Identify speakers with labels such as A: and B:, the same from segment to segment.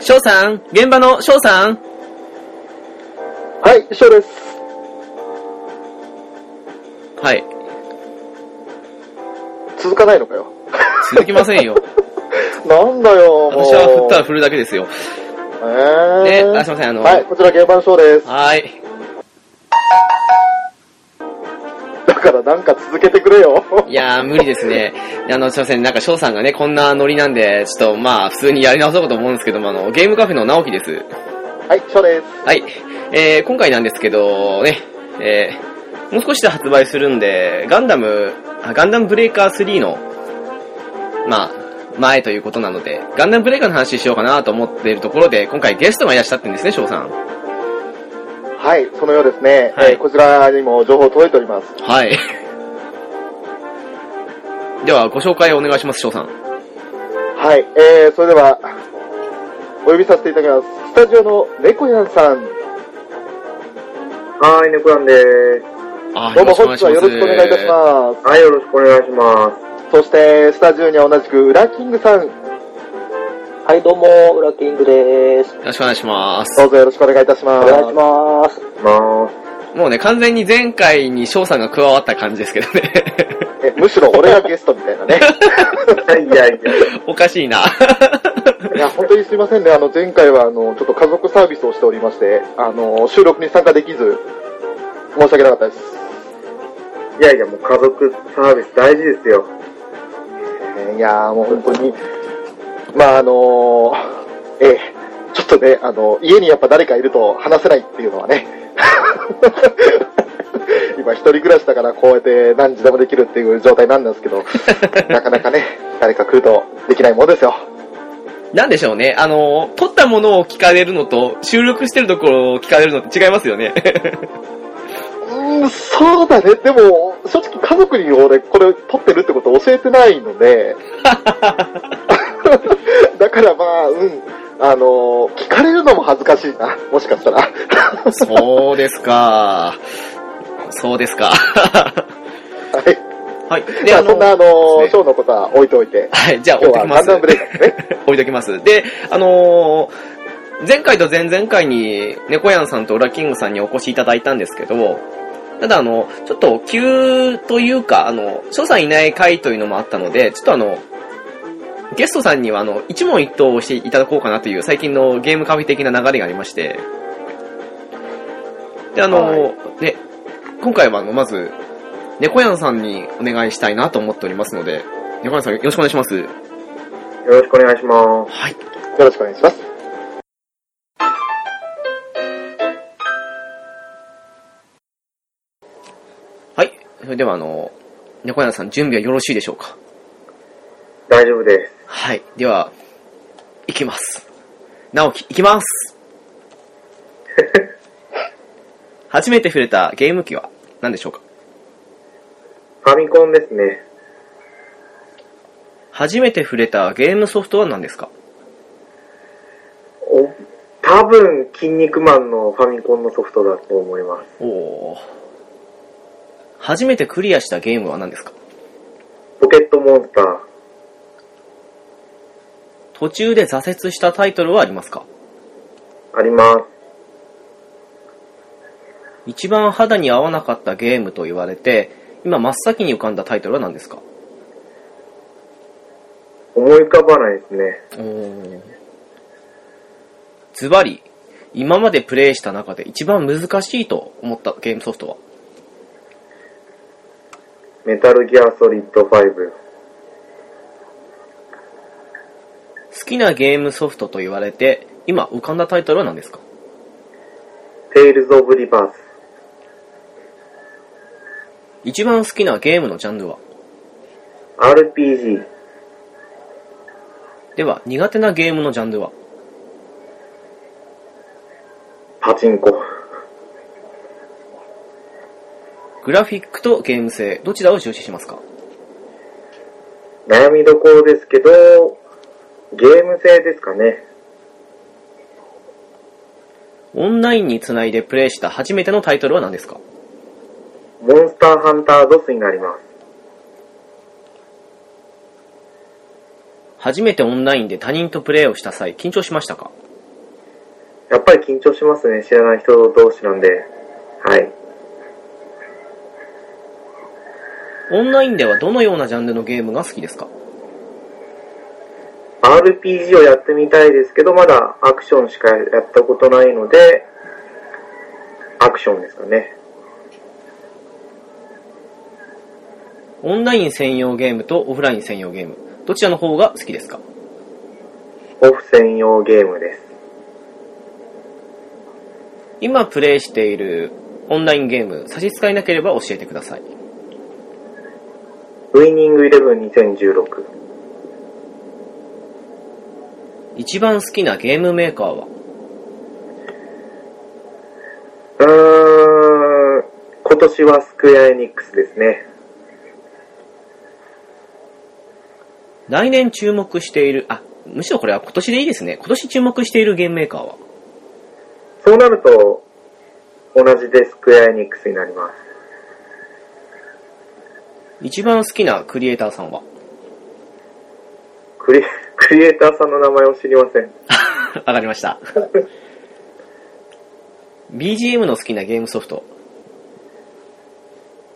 A: 翔さん現場の翔さん
B: はい、翔です。
A: はい。
B: 続かないのかよ。
A: 続きません よ。
B: なんだよ、もう。
A: 私は振ったら振るだけですよ。ね、
B: えー
A: あ、すいません、あの、
B: はい、こちら現場の翔です。
A: はーい。
B: だからなんか続けてくれよ。
A: いやー、無理ですね。あの、すいません、なんか翔さんがね、こんなノリなんで、ちょっとまあ、普通にやり直そうかと思うんですけども、あの、ゲームカフェの直樹です。
B: はい、翔です。
A: はい。えー、今回なんですけど、ね、えー、もう少しで発売するんで、ガンダム、あガンダムブレイカー3の、まあ、前ということなので、ガンダムブレイカーの話しようかなと思っているところで、今回ゲストがいらっしゃってるんですね、翔さん。
B: はい、そのようですね。
A: はい
B: えーこちらにも情報届いております。
A: はい。 では、ご紹介をお願いします、翔さん。
B: はい、えー、それでは、お呼びさせていただきます。スタジオの猫やんさん。
C: はい、ネクランです。
A: あー
B: どうも本日はよろしくお願いいたし
A: す。
B: ま。
C: はい、よろしくお願いします
B: そして、スタジオには同じく、ウラキングさん。
C: す。はい、どうも、ウラキングです。
A: よろしくお願いします。
B: どうぞよろしくお願いいたします。
C: ます。まあ、
A: もうね、完全に前回に翔さんが加わった感じですけどね。
B: えむしろ俺がゲストみたいなね。
C: いやいやいや。
A: おかしいな。
B: いや、本当にすいませんね。あの、前回は、あの、ちょっと家族サービスをしておりまして、あの、収録に参加できず、申し訳なかったです。
C: いやいや、もう家族サービス大事ですよ。
B: えーいやー、もう本当に、まあ、あのー、ええちょっとね、あの、家にやっぱ誰かいると話せないっていうのはね、 今一人暮らしだからこうやって何時でもできるっていう状態なんですけど、なかなかね、誰か来るとできないものですよ。
A: なんでしょうね。あの、撮ったものを聞かれるのと、収録してるところを聞かれるのって違いますよ ね。
B: うーん、そうだね。でも、正直家族に俺、これ撮ってるってことを教えてないの で、だからまあ、うん、あのー、聞かれるのも恥ずかしいな。もしかしたら。
A: そうですか。そうですか。
B: はい。
A: はい。
B: じ
A: で、
B: ゃ
A: あ
B: あ、そ
A: の
B: ん、な、あのー、
A: です
B: ショーのことは置いておいて、
A: はい、じゃあ置
B: 今
A: い
B: 日
A: ときます
B: はガンダ。ムブレイカーですね。
A: 置いときます。で、あのー前回と前々回に、猫やんさんとウラキングさんにお越しいただいたんですけど、ただあの、ちょっと急というか、あの、翔さんいない回というのもあったので、ちょっとあの、ゲストさんにはあの、一問一答をしていただこうかなという最近のゲームカフェ的な流れがありまして、で、あの、ね、今回はあの、まず、猫やんさんにお願いしたいなと思っておりますので、猫やんさんよろしくお願いします。
C: よろしくお願いします。
A: はい。
B: よろしくお願いします。
A: はい。それでは、あの、猫屋さん、準備はよろしいでしょうか
C: 大丈夫です。
A: はい。では、行きます。直樹、行きます初めて触れたゲーム機は何でしょうか
C: ファミコンですね。
A: 初めて触れたゲームソフトは何ですか
C: お、多分、筋肉マンのファミコンのソフトだと思います。
A: おー初めてクリアしたゲームは何ですか
C: ポケットモンスター。
A: 途中で挫折したタイトルはありますか
C: あります。
A: 一番肌に合わなかったゲームと言われて、今真っ先に浮かんだタイトルは何ですか
C: 思い浮かばないですね。
A: ズバリ、今までプレイした中で一番難しいと思ったゲームソフトは
C: メタルギアソリッド5。
A: 好きなゲームソフトと言われて、今浮かんだタイトルは何ですか
C: テイルズ・オブ・リバース。
A: 一番好きなゲームのジャンルは
C: RPG。
A: では、苦手なゲームのジャンルは
C: パチンコ。
A: グラフィックとゲーム性、どちらを重視しますか
C: 悩みどころですけど、ゲーム性ですかね。
A: オンラインにつないでプレイした初めてのタイトルは何ですか
C: モンスターハンタードスになります。
A: 初めてオンラインで他人とプレイをした際、緊張しましたか
C: やっぱり緊張しますね、知らない人同士なんで。はい。
A: オンラインではどのようなジャンルのゲームが好きですか
C: RPG をやってみたいですけど、まだアクションしかやったことないので、アクションですかね。
A: オンライン専用ゲームとオフライン専用ゲーム、どちらの方が好きですか
C: オフ専用ゲームです。
A: 今プレイしているオンラインゲーム、差し支えなければ教えてください。
C: ウィニングイレブン2016。
A: 一番好きなゲームメーカーは
C: うーん、今年はスクエアエニックスですね。
A: 来年注目している、あ、むしろこれは今年でいいですね。今年注目しているゲームメーカーは
C: そうなると、同じでスクエアエニックスになります。
A: 一番好きなクリエイターさんは
C: クリ、クリエイターさんの名前を知りません。
A: わかりました。BGM の好きなゲームソフト。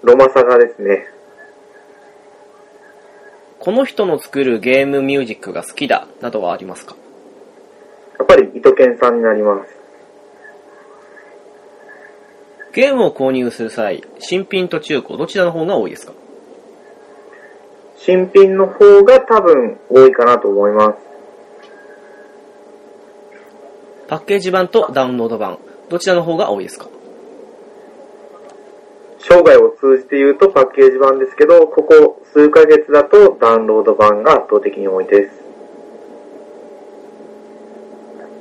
C: ロマサガですね。
A: この人の作るゲームミュージックが好きだ、などはありますか
C: やっぱり糸剣さんになります。
A: ゲームを購入する際、新品と中古、どちらの方が多いですか
C: 新品の方が多分多いかなと思います。
A: パッケージ版とダウンロード版、どちらの方が多いですか
C: 生涯を通じて言うとパッケージ版ですけど、ここ数ヶ月だとダウンロード版が圧倒的に多いです。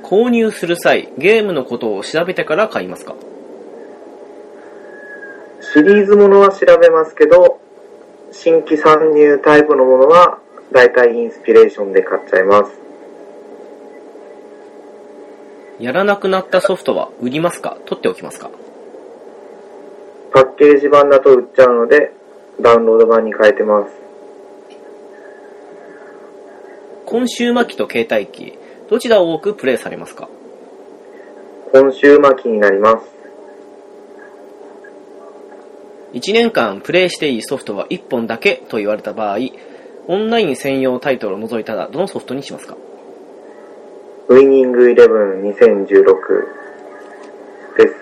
A: 購入する際、ゲームのことを調べてから買いますか
C: シリーズものは調べますけど、新規参入タイプのものは大体インスピレーションで買っちゃいます。
A: やらなくなったソフトは売りますか取っておきますか
C: パッケージ版だと売っちゃうので、ダウンロード版に変えてます。
A: 今週末期と携帯機、どちらを多くプレイされますか
C: 今週末期になります。
A: 1年間プレイしていいソフトは1本だけと言われた場合、オンライン専用タイトルを除いたらどのソフトにしますか
C: ウィニングイレブン2016です。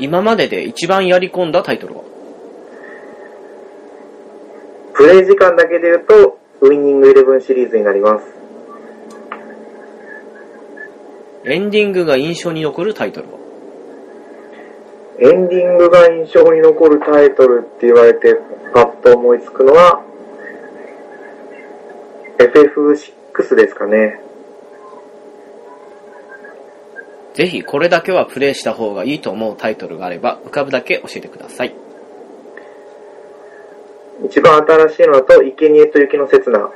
A: 今までで一番やり込んだタイトルは
C: プレイ時間だけで言うと、ウィニングイレブンシリーズになります。
A: エンディングが印象に残るタイトルは
C: エンディングが印象に残るタイトルって言われてパッと思いつくのは FF6 ですかね。
A: ぜひこれだけはプレイした方がいいと思うタイトルがあれば浮かぶだけ教えてください。
C: 一番新しいのだと生贄と雪の刹那。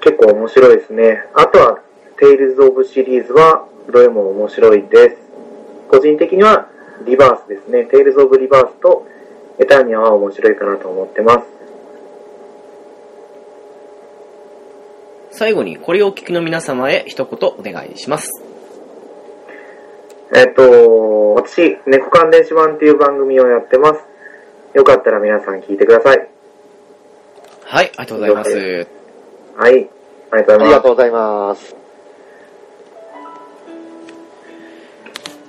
C: 結構面白いですね。あとは Tales of シリーズはどれも面白いです。個人的にはリバースですね。Tales of リバースとエターニアは面白いかなと思ってます。
A: 最後にこれをお聞きの皆様へ一言お願いします。
C: えっと、私、猫関電子版っていう番組をやってます。よかったら皆さん聞いてください。
A: はい、ありがとうございます。
C: はい。ありがとう
B: あ
C: ござ
B: り
C: いま
B: がとうございます。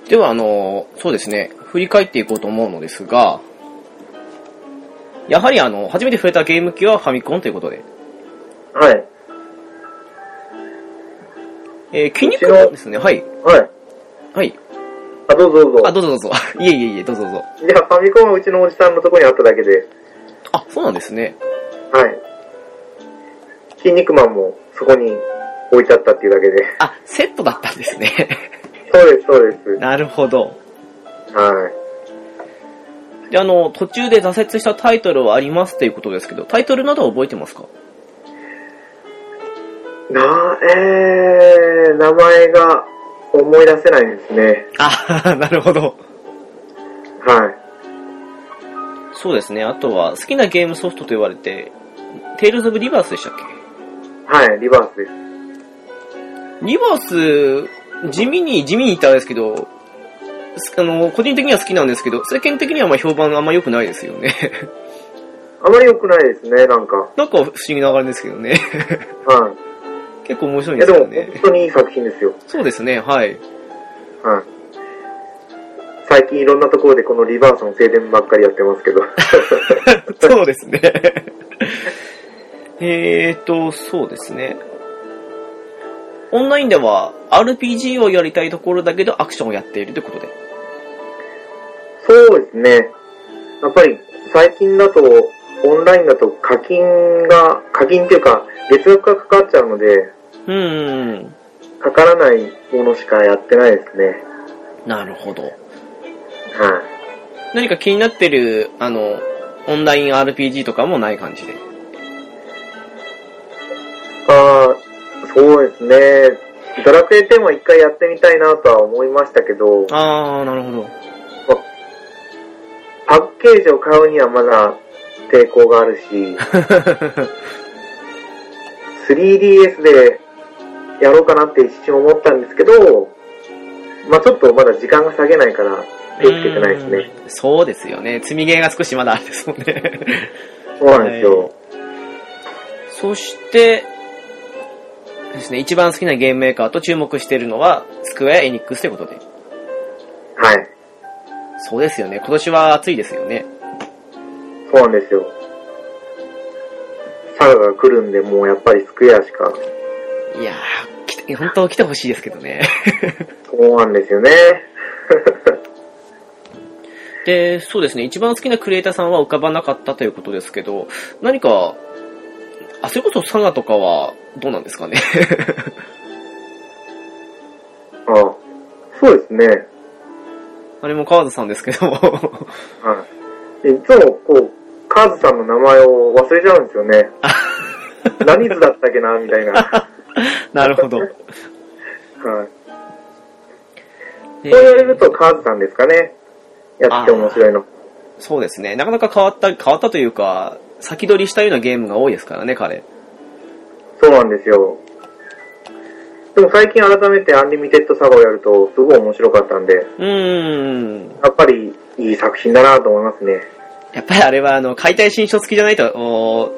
A: では、あの、そうですね、振り返っていこうと思うのですが、やはりあの、初めて触れたゲーム機はファミコンということで、
C: す。はい。
A: えー、筋肉
C: うちの
A: ですね、はい、
C: はい。
A: はい。
C: あ、どうぞどうぞ。
A: あ、どうぞどうぞ。 いえいえいえ、どうぞどうぞ。
C: いや、ファミコンはうちのおじさんのとこにあっただけで。
A: あ、そうなんですね。
C: はい。筋肉マンもそこに置いてあったっていうだけで。
A: あ、セットだったんですね。
C: そうです、そうで
A: なるほど。
C: す。はい。
A: で、あの、途中で挫折したタイトルはありますということですけど、タイトルなどは覚えてますか
C: な、えー、名前が思い出せないですね。
A: あ、 なるほど。
C: はい。
A: そうですね、あとは、好きなゲームソフトと言われて、テイルズ・オブ・リバースでしたっけ
C: はい、リバースです。
A: リバース地味に、地味に言ったらあれですけど、すあの、個人的には好きなんですけど、世間的にはまあ評判あんま良くないですよね。
C: あまり良くないですね、なんか。
A: なんか不思議な流れですけどね。
C: は
A: 結構面白い
C: い。い
A: んで
C: や、
A: す
C: で
A: よ
C: も、
A: ね。
C: 本当にいい作品ですよ。
A: そうですね、はい。
C: はい。最近いろんなところでこのリバースの停電ばっかりやってますけど。
A: そうですね。えーと、そうですね。オンラインでは RPG をやりたいところだけどアクションをやっているということで。
C: そうですね。やっぱり最近だと、オンラインだと課金が、課金っていうか、月額がかかっちゃうので、
A: うーん。
C: かからないものしかやってないですね。
A: なるほど。
C: はい。
A: 何か気になってる、あの、オンライン RPG とかもない感じで。
C: ああ、そうですね。ドラクエ10は一回やってみたいなとは思いましたけど、
A: あー、なるほど。
C: パッケージを買うにはまだ抵抗がある し、3DS でやろうかなって一瞬思ったんですけど、まあちょっとまだ時間が下げないから手つけてないですね。
A: うーんそうですよね。積みゲーが少しまだあれですもん ね。
C: そうなんですよ。
A: はいそして、ですね、一番好きなゲームメーカーと注目しているのは、スクエアエニックスということで。
C: はい。
A: そうですよね。今年は暑いですよね。
C: そうなんですよ。サガが来るんで、もうやっぱりスクエアしか。
A: いやー、来て本当来てほしいですけどね。
C: そうなんですよね。
A: で、そうですね、一番好きなクリエイターさんは浮かばなかったということですけど、何か、あ、それこそサガとかはどうなんですかね。
C: ああそうですね。
A: あれも川田さんですけど。
C: はい。でいつも、こう、カーズさんの名前を忘れちゃうんですよ ね。何図だったっけな、みたい な。は
A: なるほど。
C: い。そう言われると、カーズさんですかね。やって面白いの。
A: そうですね。なかなか変わった、変わったというか、先取りしたようなゲームが多いですからね、彼。
C: そうなんですよ。でも最近改めてアンリミテッドサガをやると、すごい面白かったんで、
A: うーん。
C: やっぱりいい作品だなと思いますね。
A: やっぱりあれは、あの、解体新書付きじゃないと、おー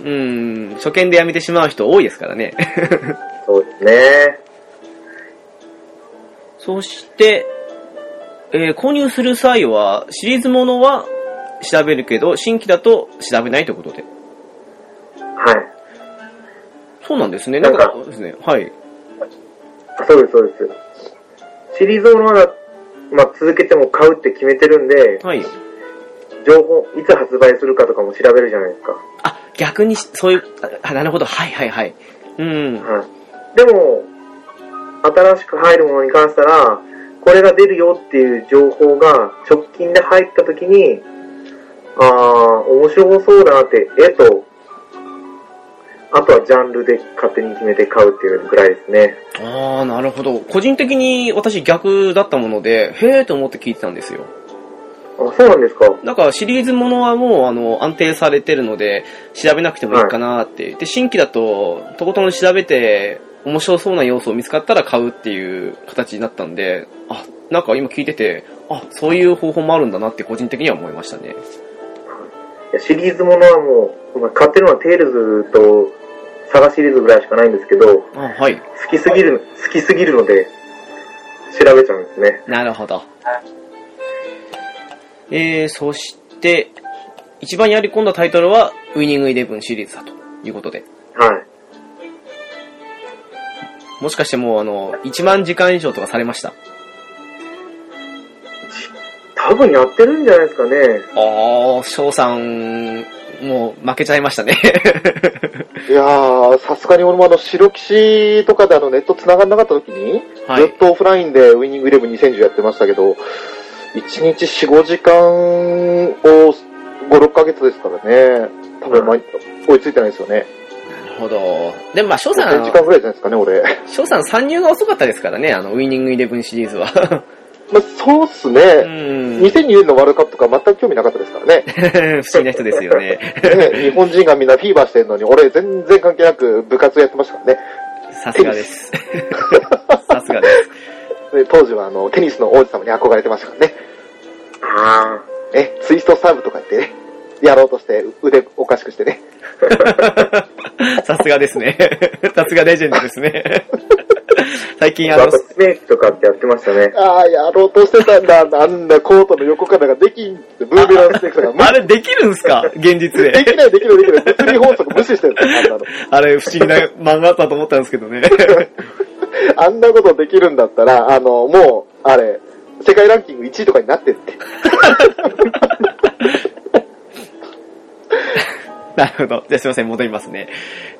A: うーん、初見でやめてしまう人多いですからね。
C: そうですね。
A: そして、えー購入する際は、シリーズものは調べるけど、新規だと調べないということで。
C: はい。
A: そうなんですね。なんか
C: な、ん
A: ですね。はい。
C: そうです、そうです。シリーズものはだ、まあ、続けても買うって決めてるんで、
A: はい。
C: 情報、いつ発売するかとかも調べるじゃないですか。
A: あ、逆に、そういう、あ、なるほど。はいはいはい。うん。
C: はい。でも、新しく入るものに関したら、これが出るよっていう情報が直近で入った時に、ああ、面白そうだなって、絵と、あとはジャンルで勝手に決めて買うっていうぐらいですね。
A: ああ、なるほど。個人的に私逆だったもので、へえと思って聞いてたんですよ。
C: あ、そうなんですか。
A: なんかシリーズものはもうあの安定されてるので、調べなくてもいいかなって。で、新規だと、とことん調べて、面白そうな要素を見つかったら買うっていう形になったんで、あ、なんか今聞いてて、あ、そういう方法もあるんだなって個人的には思いましたね。
C: いやシリーズものはもう、まあ買ってるのはテールズとサガシリーズぐらいしかないんですけど、好
A: あ、はい。
C: きすぎる、好きすぎるので、調べちゃうんですね。
A: なるほど。えー、そして、一番やり込んだタイトルは、ウィニングイレブンシリーズだということで。
C: はい。
A: もしかしてもうあの、1万時間以上とかされました。
C: 多分やってるんじゃないですかね。
A: ああ、翔さん、もう負けちゃいましたね。
B: いやー、さすがに俺もあの、白騎士とかであの、ネット繋がんなかった時に、
A: はい
B: ずっとオフラインでウィニングイレブン2010やってましたけど、1日4、5時間を5、6ヶ月ですからね、多分、まあ、追いついてないですよね。
A: なるほど。でもまあ、翔さ
B: 5000時
A: ん、
B: 間ぐらいじゃないですかね、俺。
A: 翔さん参入が遅かったですからね、あの、ウィニングイレブンシリーズは。
B: まあ、そうっす
A: う
B: ね。
A: ん。 不
B: 2002年のワールドカップとか全く興味なかったですから ね。
A: 思議な人ですよね。
B: ね日本人がみんなフィーバーしてるのに、俺全然関係なく部活やってましたからね。
A: さすがです。 さすがです。
B: で当時はあの、テニスの王子様に憧れてましたからね。
C: あ
B: ね、ツイストサーブとか言ってね、やろうとして腕おかしくしてね。
A: さすがですね。 さすがレジェンドですね。 最近あ
C: あ。あ
A: の
C: と、、スネークとかってやってましたね。
B: ああ、やろうとしてたんだ、なんだ、コートの横からができんって、ブーメランステーク とか、
A: あれできるんすか現実
B: 無視 で
A: で。
B: きない、できない、できない、物理法則無視してるんですよあんなの。
A: あれ不思議な漫画だと思ったんですけどね。
B: あんなことできるんだったら、あの、もう、あれ、世界ランキング1位とかになってって。
A: なるほど。じゃあすいません、戻りますね。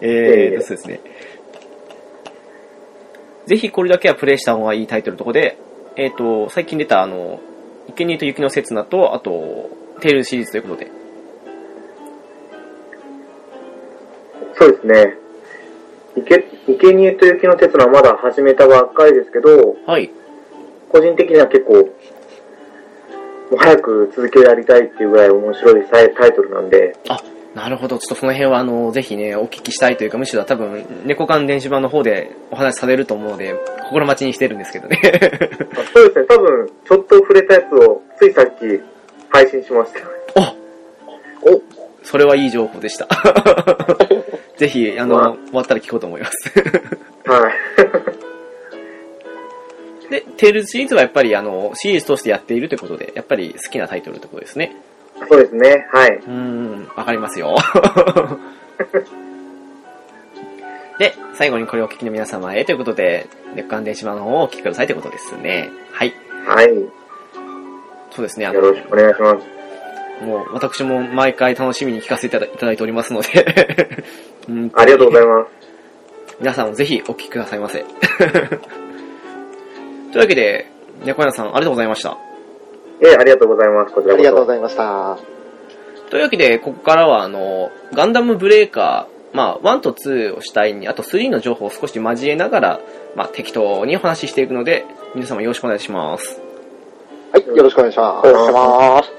B: えい
A: えー
B: え
A: と、そうですね。ぜひこれだけはプレイした方がいいタイトルのとこで、えっ、と、最近出たあの、生贄と雪の刹那と、あと、テールシリーズということで。
C: そうですね。いけ、いけにえと雪の鉄のはまだ始めたばっかりですけど、
A: はい。
C: 個人的には結構、もう早く続けられたいっていうぐらい面白いタイタイトルな んで、
A: あ、なるほど。ちょっとその辺は、あの、ぜひね、お聞きしたいというか、むしろ多分、猫缶電子版の方でお話しされると思うので、心待ちにしてるんですけどね。
C: あそうですね、多分、ちょっと触れたやつを、ついさっき、配信しました。
A: あ
B: お
A: それはいい情報でした。 ぜひ、あ
C: わ
A: の、終わったら聞こうと思います。
C: はい。
A: で、テールズシリーズはやっぱり、あの、シリーズ通してやっているということで、やっぱり好きなタイトルってことですね。
C: そうですね、はい。
A: うーん、わかりますよ。 で、最後にこれをお聞きの皆様へということで、熱間電子版の方をお聞きくださいということですね。はい。
C: はい。
A: そうですね、あ
C: よ
A: の、
C: ろしくお願いします。
A: もう私も毎回楽しみに聞かせていただいておりますので、 うん
C: ありがとうござい ます。
A: 皆さんもぜひお聞きくださいませ。 というわけで、猫屋さんありがとうございました。
C: ええ、ありがとうございます。こち
B: あ
C: らこ
B: りがとうご
C: そ。
B: ざいました。
A: というわけで、ここからはあの、ガンダムブレーカー、まあ、1と2を主体に、あと3の情報を少し交えながら、まあ、適当にお話ししていくので、皆様よろしくお願いします。
B: はい、よろしくお願いします。
C: お願いし
B: ます。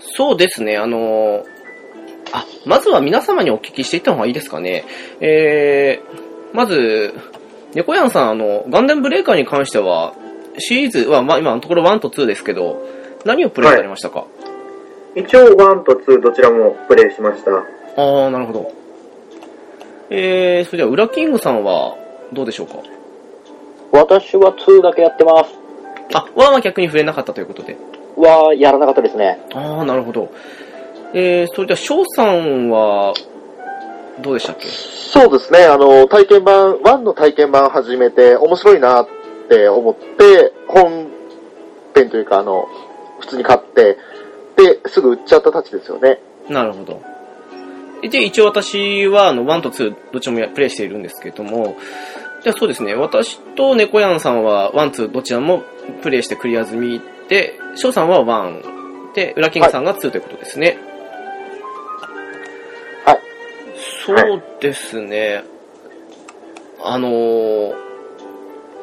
A: そうですね、あの、あ、まずは皆様にお聞きしていった方がいいですかね。えー、まず、猫やんさん、あの、ガンダムブレーカーに関しては、シリーズは、まあ、今のところ1と2ですけど、何をプレイされましたか、
C: 一応、1と2どちらもプレイしました。
A: ああ、なるほど。えー、それでは、ウラキングさんは、どうでしょうか
D: 私は2だけやってます。
A: あ、1は逆に触れなかったということで。
D: は、やらなかったですね。
A: ああ、なるほど。えー、それでは、翔さんは、どうでしたっけ
B: そうですね、あの、体験版、1の体験版始めて、面白いなって思って、本編というか、あの、普通に買って、で、すぐ売っちゃったたちですよね。
A: なるほど。で、一応私は、あの、1と2、どっちもやプレイしているんですけども、じゃあそうですね、私と猫やんさんは、1、2、どちらもプレイしてクリア済みで、翔さんは1、で、ウラキングさんが2ということですね。
B: はい。
A: そうですね。あのー、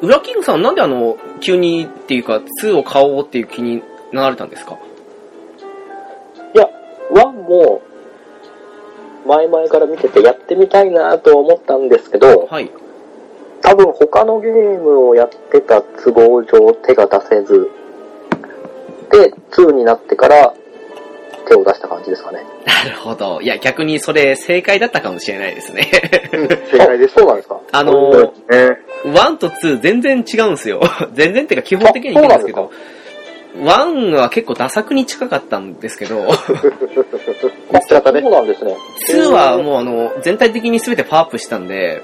A: ウラキングさんなんであの、急にっていうか、2を買おうっていう気になられたんですか
D: 1も、前々から見ててやってみたいなと思ったんですけど、
A: はい。
D: 多分他のゲームをやってた都合上手が出せず、で、2になってから手を出した感じですかね。
A: なるほど。いや、逆にそれ正解だったかもしれないですね。
B: 正解です。そうなんですか
A: あ
C: そう
A: の、
C: ですね。
A: 1と2全然違うんですよ。 全然っていうか基本的にいいんですけど、1は結構ダ作に近かったんですけど、
B: 言っちゃったね
D: そう。なんですね。
A: 2はもうあの、全体的に全てパワーアップしたんで、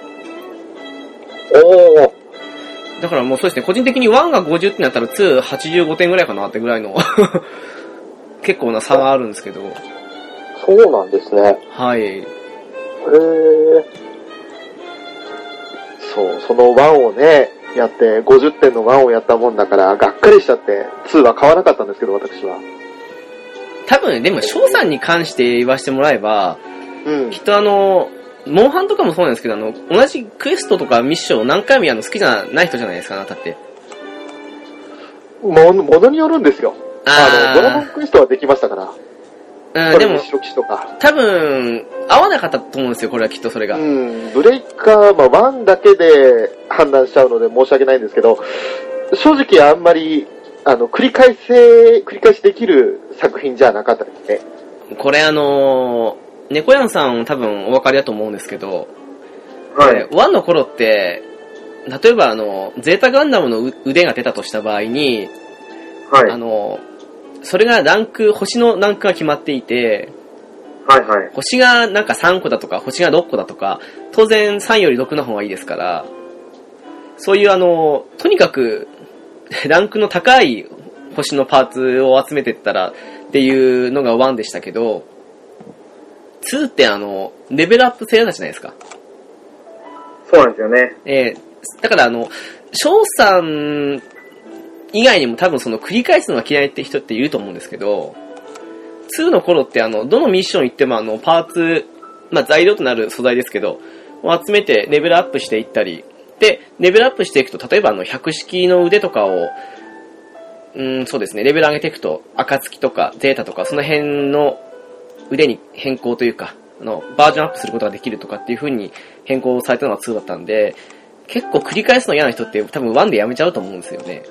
D: おー、
A: だからもうそうですね、個人的に1が50ってなったら2、85点ぐらいかなってぐらいの、 結構な差があるんですけど、
D: そうなんですね。
A: はい。
D: へー。
B: そう、その1をね、やって、50点の1をやったもんだから、がっかりしちゃって、2は買わなかったんですけど、私は。
A: 多分ね、でも翔さんに関して言わせてもらえば、
B: うん
A: き。っとあの、モンハンとかもそうなんですけど、あの、同じクエストとかミッションを何回もやるの好きじゃない人じゃないですか、あなたって。
B: も、ものによるんですよ。あの、ドラゴ
A: あ
B: ンクエストはできましたから。
A: あ、う
B: こ
A: ん、で
B: れ
A: も、
B: に白騎士とか。
A: 多分、合わなかったと思うんですよ、これはきっとそれが。
B: うん、ブレイカー、まあ、1だけで判断しちゃうので申し訳ないんですけど、正直あんまり、あの、繰り返せ、繰り返しできる作品じゃなかったですね。
A: これあのー、猫やんさん多分お分かりだと思うんですけど、
C: はい。
A: 1の頃って、例えばあの、ゼータガンダムのう腕が出たとした場合に、
C: はい。
A: あの、それがランク、星のランクが決まっていて、
C: はいはい。
A: 星がなんか3個だとか、星が6個だとか、当然3より6の方がいいですから、そういうあの、とにかく、 ランクの高い星のパーツを集めてったらっていうのが1でしたけど、2ってあの、レベルアップ制なんじゃないですか。
C: そうなんですよね。
A: えーだからあの、翔さん以外にも多分その繰り返すのが嫌いって人っていると思うんですけど、2の頃ってあの、どのミッション行ってもあの、パーツ、まあ、材料となる素材ですけど、を集めてレベルアップしていったり、で、レベルアップしていくと、例えばあの、百式の腕とかを、うん、そうですね、レベル上げていくと、暁とかゼータとか、その辺の腕に変更というか、あの、バージョンアップすることができるとかっていう風に変更されたのが2だったんで、結構繰り返すの嫌な人って多分1でやめちゃうと思うんですよね。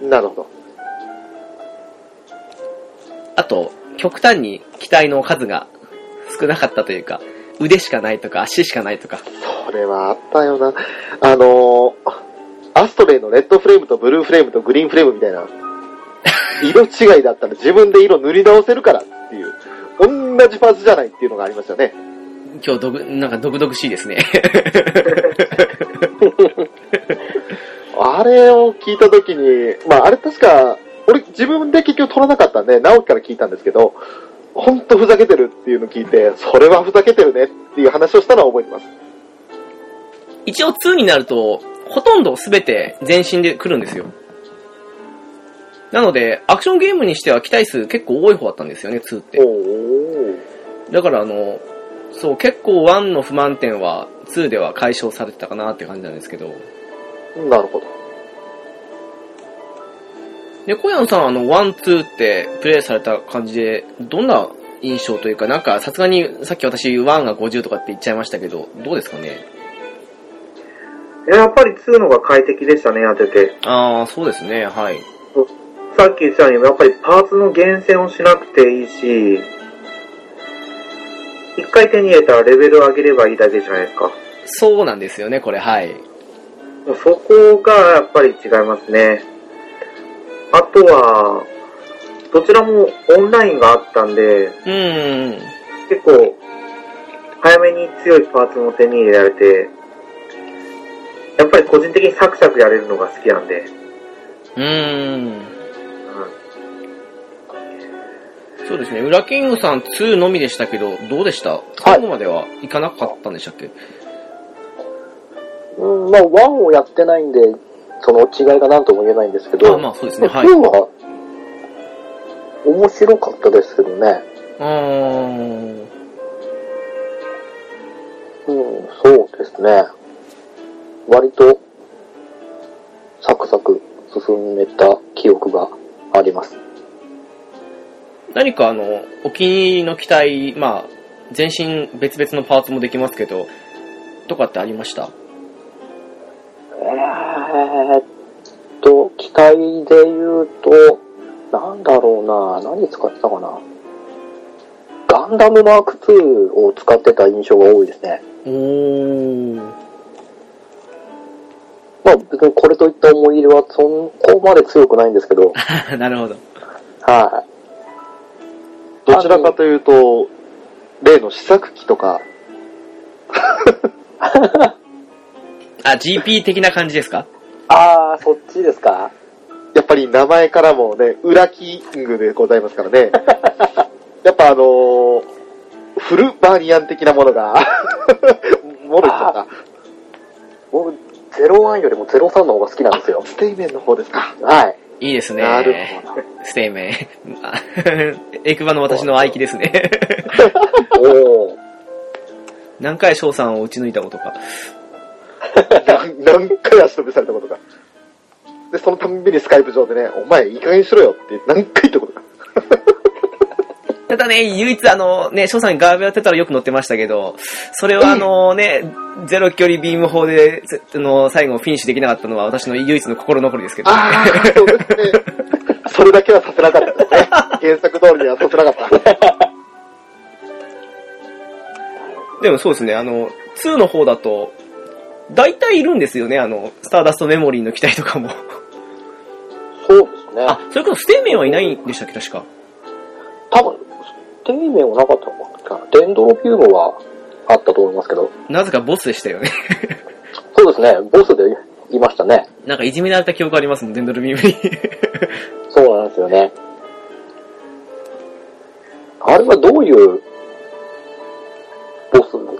B: なるほど。
A: あと、極端に機体の数が少なかったというか、腕しかないとか足しかないとか。
B: それはあったよな。あの、アストレイのレッドフレームとブルーフレームとグリーンフレームみたいな、色違いだったら自分で色塗り直せるからっていう、同じパーツじゃないっていうのがありましたね。
A: 今日どぐ、なんかドクドクしいですね。
B: あれを聞いたときに、まああれ確か、俺自分で結局取らなかったんで、直樹から聞いたんですけど、ほんとふざけてるっていうのを聞いて、それはふざけてるねっていう話をしたのは覚えてます。
A: 一応2になると、ほとんど全て全身で来るんですよ。なので、アクションゲームにしては機体数結構多い方だったんですよね、2って。
B: お
A: だからあの、そう、結構1の不満点は2では解消されてたかなって感じなんですけど。
B: お、なるほど。
A: で、小山さんはあの、ワン、ツーってプレイされた感じで、どんな印象というか、なんかさすがにさっき私ワンが50とかって言っちゃいましたけど、どうですかね
C: やっぱり2の方が快適でしたね、当てて。
A: ああ、そうですね、はい。
C: さっき言ったように、やっぱりパーツの厳選をしなくていいし、一回手に入れたらレベルを上げればいいだけじゃないですか。も
A: そうなんですよね、これ、はい。
C: うそこがやっぱり違いますね。あとは、どちらもオンラインがあったんで、
A: うーん。
C: 結構、早めに強いパーツも手に入れられて、やっぱり個人的にサクサクやれるのが好きなんで、
A: うーん。
C: う
A: そうですね、ウラキングさん2のみでしたけど、どうでした最後まではいかなかったんでしたっけ、
D: うん、まあ、1をやってないんで、その違いが何とも言えないんです
A: あ
D: けど、
A: まあそうです
D: ま
A: ね、
D: あ
A: はい。
D: 今日は、面白かったですけどね。
A: あー
D: うん、そうですね。割と、サクサク進めた記憶があります。
A: 何かあの、お気に入りの機体、まあ、全身別々のパーツもできますけど、とかってありました
D: えーっと、機体で言うと、なんだろうな、何使ってたかな。ガンダムマーク2を使ってた印象が多いですね。
A: おー。
D: まあ別にこれといった思い入れはそこまで強くないんですけど、
A: なるほど。
D: は
B: どちらかというと、例の試作機とか、
A: あ、GP 的な感じですか
D: い。あー、そっちですか
B: やっぱり名前からもね、裏キングでございますから ね。やっぱあのーフルバーニアン的なもの が、もろいとか、
D: 僕、01よりも03の方が好きなんですよ。
B: ステイメンの方ですか。
D: はい。
A: いいですね。
B: なるほど。
A: ステイメン。あ エクバの私の愛機ですね。
D: おー。
A: 何回翔さんを打ち抜いたことか。
B: な何回足止めされたことか。で、そのたんびにスカイプ上でね、お前いい加減にしろよって何回言ったことか。
A: ただね、唯一あのね、翔さんガーベやってたらよく乗ってましたけど、それはあのね、ゼロ距離ビーム砲で、ぜあの、最後フィニッシュできなかったのは私の唯一の心残り ですけど。
B: ああ、そうですね。それだけはさせなかったですね。原作通りにはさせなかった。
A: でもそうですね、あの、2の方だと、大体いるんですよね、あの、スターダストメモリーの機体とかも。
D: そうですね。
A: あ、それからステーメンはいないんでしたっけ、確か。
D: 多分、底面はなかったのかな。電動ピューゴはあったと思いますけど、
A: なぜかボスでしたよね。
D: そうですね、ボスでいましたね。
A: なんかいじめられた記憶ありますもん、デンドルビームに。
D: そうなんですよね。あれはどういうボスの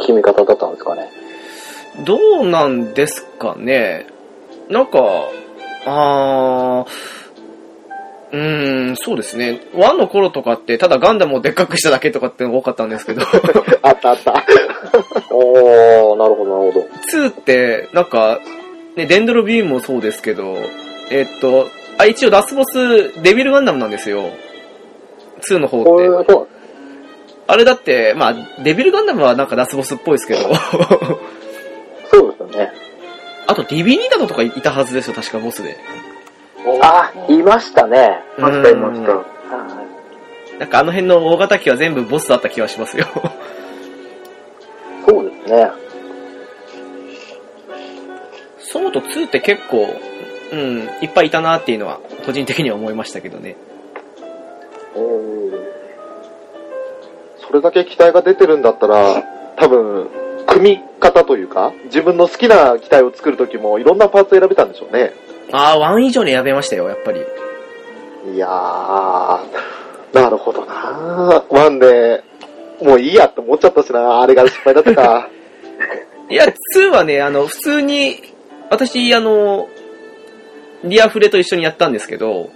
D: 決め方だったんですかね。
A: どうなんですかね。なんか、あー、うーん、そうですね。1の頃とかって、ただガンダムをでっかくしただけとかってのが多かったんですけ ど、
B: あったあった。
D: おー、なるほど、なるほど。
A: 2って、なんか、ね、デンドロビームもそうですけど、えっと、あ、一応ラスボス、デビルガンダムなんですよ。2の方っ
D: こうい
A: て。
D: う、そう、
A: あれだって、まあ、デビルガンダムはなんかラスボスっぽいですけど、
D: そうですよね。
A: あと、ディビニーダドとかいたはずですよ、確かボスで。
D: あ、いましたね。
C: ました、いました。
A: なんかあの辺の大型機は全部ボスだった気がしますよ。
D: そうですね。
A: そうと2って結構、うん、いっぱいいたなっていうのは、個人的には思いましたけどね。
B: それだけ機体が出てるんだったら、多分、組み方というか、自分の好きな機体を作るときもいろんなパーツ選べたんでしょうね。
A: ああ、1以上に選べましたよ、やっぱり。
B: いやー、なるほどなワンで、もういいやって思っちゃったしなあれが失敗だったか。
A: いや、2はね、あの、普通に、私、あの、リアフレと一緒にやったんですけど、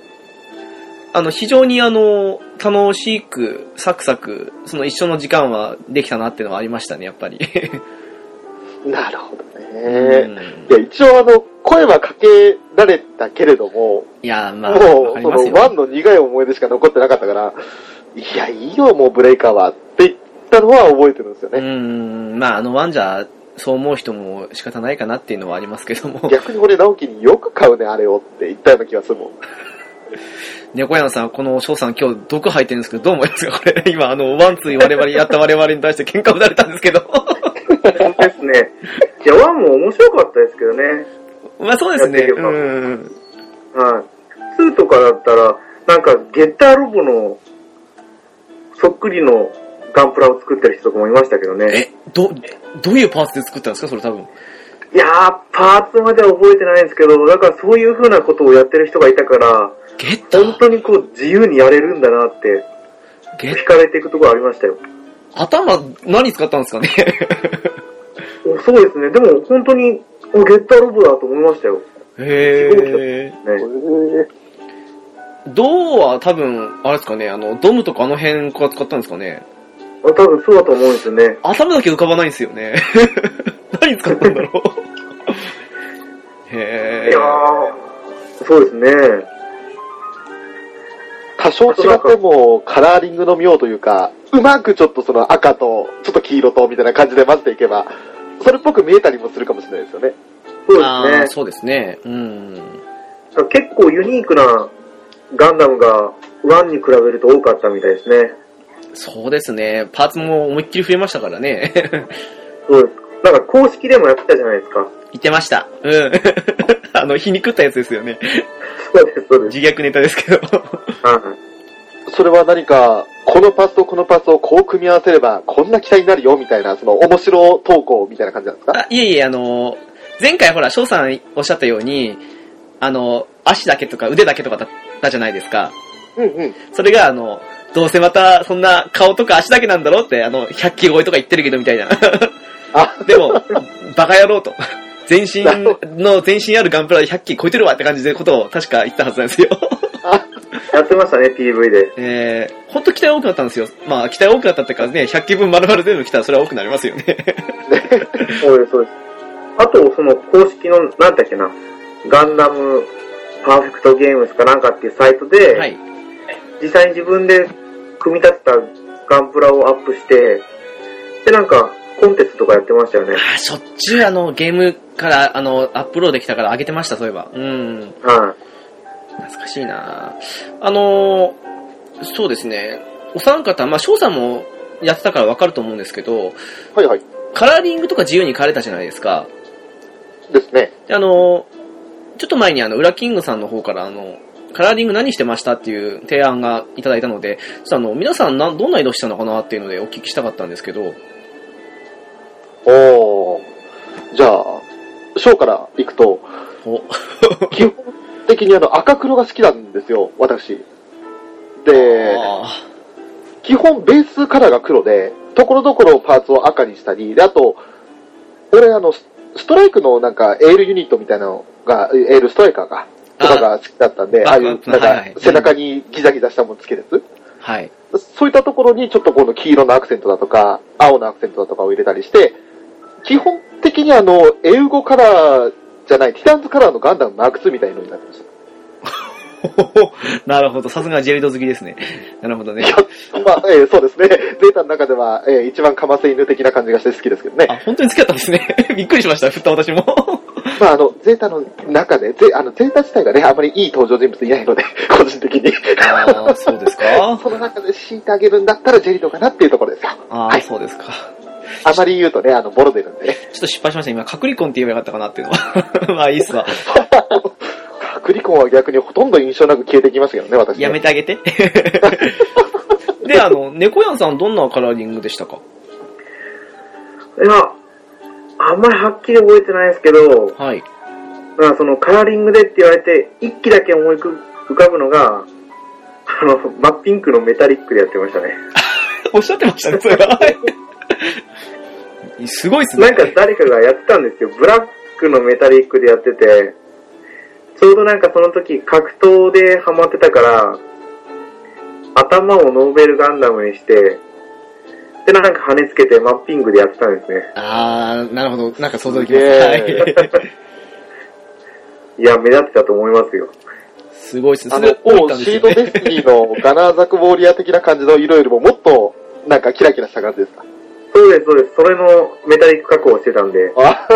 A: あの、非常にあの、楽しく、サクサク、その一緒の時間はできたなっていうのはありましたね、やっぱり。
B: なるほどね、
A: うん
B: いや、一応あの、声はかけられたけれども、
A: いや、まあ、わ
B: も
A: か
B: う、
A: り
B: そ
A: ます
B: の、
A: よ。
B: ワンの苦い思い出しか残ってなかったから、いや、いいよ、もうブレイカーは、って言ったのは覚えてるんですよ
A: う
B: ね。
A: ん、まあ、あの、ワンじゃ、そう思う人も仕方ないかなっていうのはありますけども。
B: 逆に俺、直樹によく買うね、あれをって言ったような気がするもん。
A: 猫屋さん、この翔さん今日毒吐いてるんですけど、どう思いますかこれ、今、あの、ワンツー我々やった我々に対して喧嘩を打たれたんですけど。
C: 本当ですね。いや、ワンも面白かったですけどね。
A: まあ、そうですね。
C: やってるよ
A: うん。
C: はい。2とかだったら、なんか、ゲッターロボの、そっくりのガンプラを作ってる人とかもいましたけどね。
A: え、ど、どういうパーツで作ったんですかそれ多分。
C: いやー、パーツまでは覚えてないんですけど、だからそういう風なことをやってる人がいたから、
A: ゲッタ
C: 本
A: ー
C: 当にこう、自由にやれるんだなって、
A: ゲッ
C: 惹かれていくところありましたよ。
A: 頭、何使ったんです かね
C: おそうですね。でも、本当に、おゲッターロボだと思いましたよ。
A: へー。
C: ね。
A: 銅は多分、あれですかね、あの、ドムとかあの辺から使ったんですかね
C: あ多分そうだと思うんですよね。
A: 頭だけ浮かばないんですよね。 何使ったんだろうへー。
C: いやー、そうですね。
B: 多少違っても、カラーリングの妙というか、うまくちょっとその赤と、ちょっと黄色と、みたいな感じで混ぜていけば、それっぽく見えたりもするかもしれないですよね。
C: そう
A: あー
C: ですね。
A: そうですね。うん。
C: 結構ユニークなガンダムが1に比べると多かったみたいですね。
A: そうですね。パーツも思いっきり増えましたからね。
C: そうです。なんか公式でもやってたじゃないですか。
A: 言ってました。うん。 あの、皮肉ったやつですよね。
C: そうです、そうです。
A: 自虐ネタですけど。
C: はい
B: それは何か、このパーツとこのパーツをこう組み合わせれば、こんな機体になるよ、みたいな、その、面白投稿みたいな感じなんですか
A: あ、いえいえ、あの、前回ほら、翔さんおっしゃったように、あの、足だけとか腕だけとかだったじゃないですか。
B: うんうん。
A: それが、あの、どうせまた、そんな顔とか足だけなんだろうって、あの、100キロ超えとか言ってるけどみたいな。
B: あ、
A: でも、バカ野郎と。全身の、全身あるガンプラで100キロ超えてるわって感じでことを確か言ったはずなんですよ。
C: やってましたね、PV で。
A: えー、ほんと期待多くなったんですよ。まあ、期待多くなったっていうかね、100機分丸々全部来たらそれは多くなりますよね。
C: そうです、そうです。あと、その公式の、なんだっけな、ガンダムパーフェクトゲームスかなんかっていうサイトで、
A: はい。
C: 実際に自分で組み立てたガンプラをアップして、で、なんか、コンテンツとかやってましたよね。
A: あ、しょっちゅうあの、ゲームから、あの、アップロードできたから上げてました、そういえば。うん。
C: はい。
A: 懐かしいなあのーそうですね。お三方、まあ、翔さんもやってたからわかると思うんですけど、
B: はいはい。
A: カラーリングとか自由に変えれたじゃないですか。
B: ですね。
A: で、あのーちょっと前にあの、ウラキングさんの方からあの、カラーリング何してましたっていう提案がいただいたので、ちょっとあの、皆さんなんどんな色したのかなっていうのでお聞きしたかったんですけど、
B: おー。じゃあ、ショーから行 くと、
A: お、
B: 基本的にあの赤黒が好きなんですよ、私。で、
A: あ
B: 基本ベースカラーが黒で、ところどころパーツを赤にしたり、で、あと、俺あの、スストライクのなんかエールユニットみたいなのが、エールストライカーか、とかが好きだったんで、
A: あ
B: ああいう
A: バッ、ク
B: なん
A: はいはい
B: か背中にギザギザしたものつけるや
A: ー
B: つ。
A: はい。
B: そういったところにちょっとこの黄色のアクセントだとか、青のアクセントだとかを入れたりして、基本的にあの、エウゴカラーじゃない、ティタンズカラーのガンダムマーク2みたいな色になってまし
A: なるほど。さすがジェリド好きですね。なるほどね。
B: た。まあ、えーそうですね。ゼータの中では、えー一番カマセイヌ的な感じがして好きですけどね。
A: あ、本当に好きだったんですね。 びっくりしました。振った私も。
B: まあ、あの、ゼータの中で、ゼあのゼータ自体がね、あまりいい登場人物いないので、個人的に。
A: ああ、そうですか。
B: その中で敷いてあげるんだったらジェリドかなっていうところですよ。
A: あ
B: は
A: あ、
B: い
A: そうですか。
B: あまり言うとね、あの、ボロ出るんでね。
A: ちょっと失敗しました。今、隔離婚って言えばよかったかなっていうのは。 まあ、いいっすわ。
B: クリコンは逆にほとんど印象なく消えていきますけどね、私ね、
A: やめてあげて。 で、あの、猫やんさんどんなカラーリングでしたか
C: いや、あんまりはっきり覚えてないですけど、
A: はい。
C: まあそのカラーリングでって言われて、一機だけ思い浮かぶのが、あの、真っピンクのメタリックでやってましたね。
A: おっしゃってましたね、それは。はい すごいっすね。
C: なんか誰かがやってたんですよ。ブラックのメタリックでやってて、ちょうどなんかその時格闘でハマってたから、頭をノーベルガンダムにして、で、なんか跳ねつけてマッピングでやってたんですね。
A: ああ、なるほど。なんか想像でき
B: すげ
A: ます。はい。
C: いや、目立ってたと思いますよ。
A: すごいっすね。
B: あ
A: そ
B: の
A: れ、多いっ
B: も
A: た
B: うん
A: です
B: シー
A: よ
B: ド
A: ね。
B: デスティのガナーザクウォーリア的な感じの色よりももっと、なんかキラキラした感じですか。
C: そうです、そうです。それのメタリック加工をしてたんで、
B: あ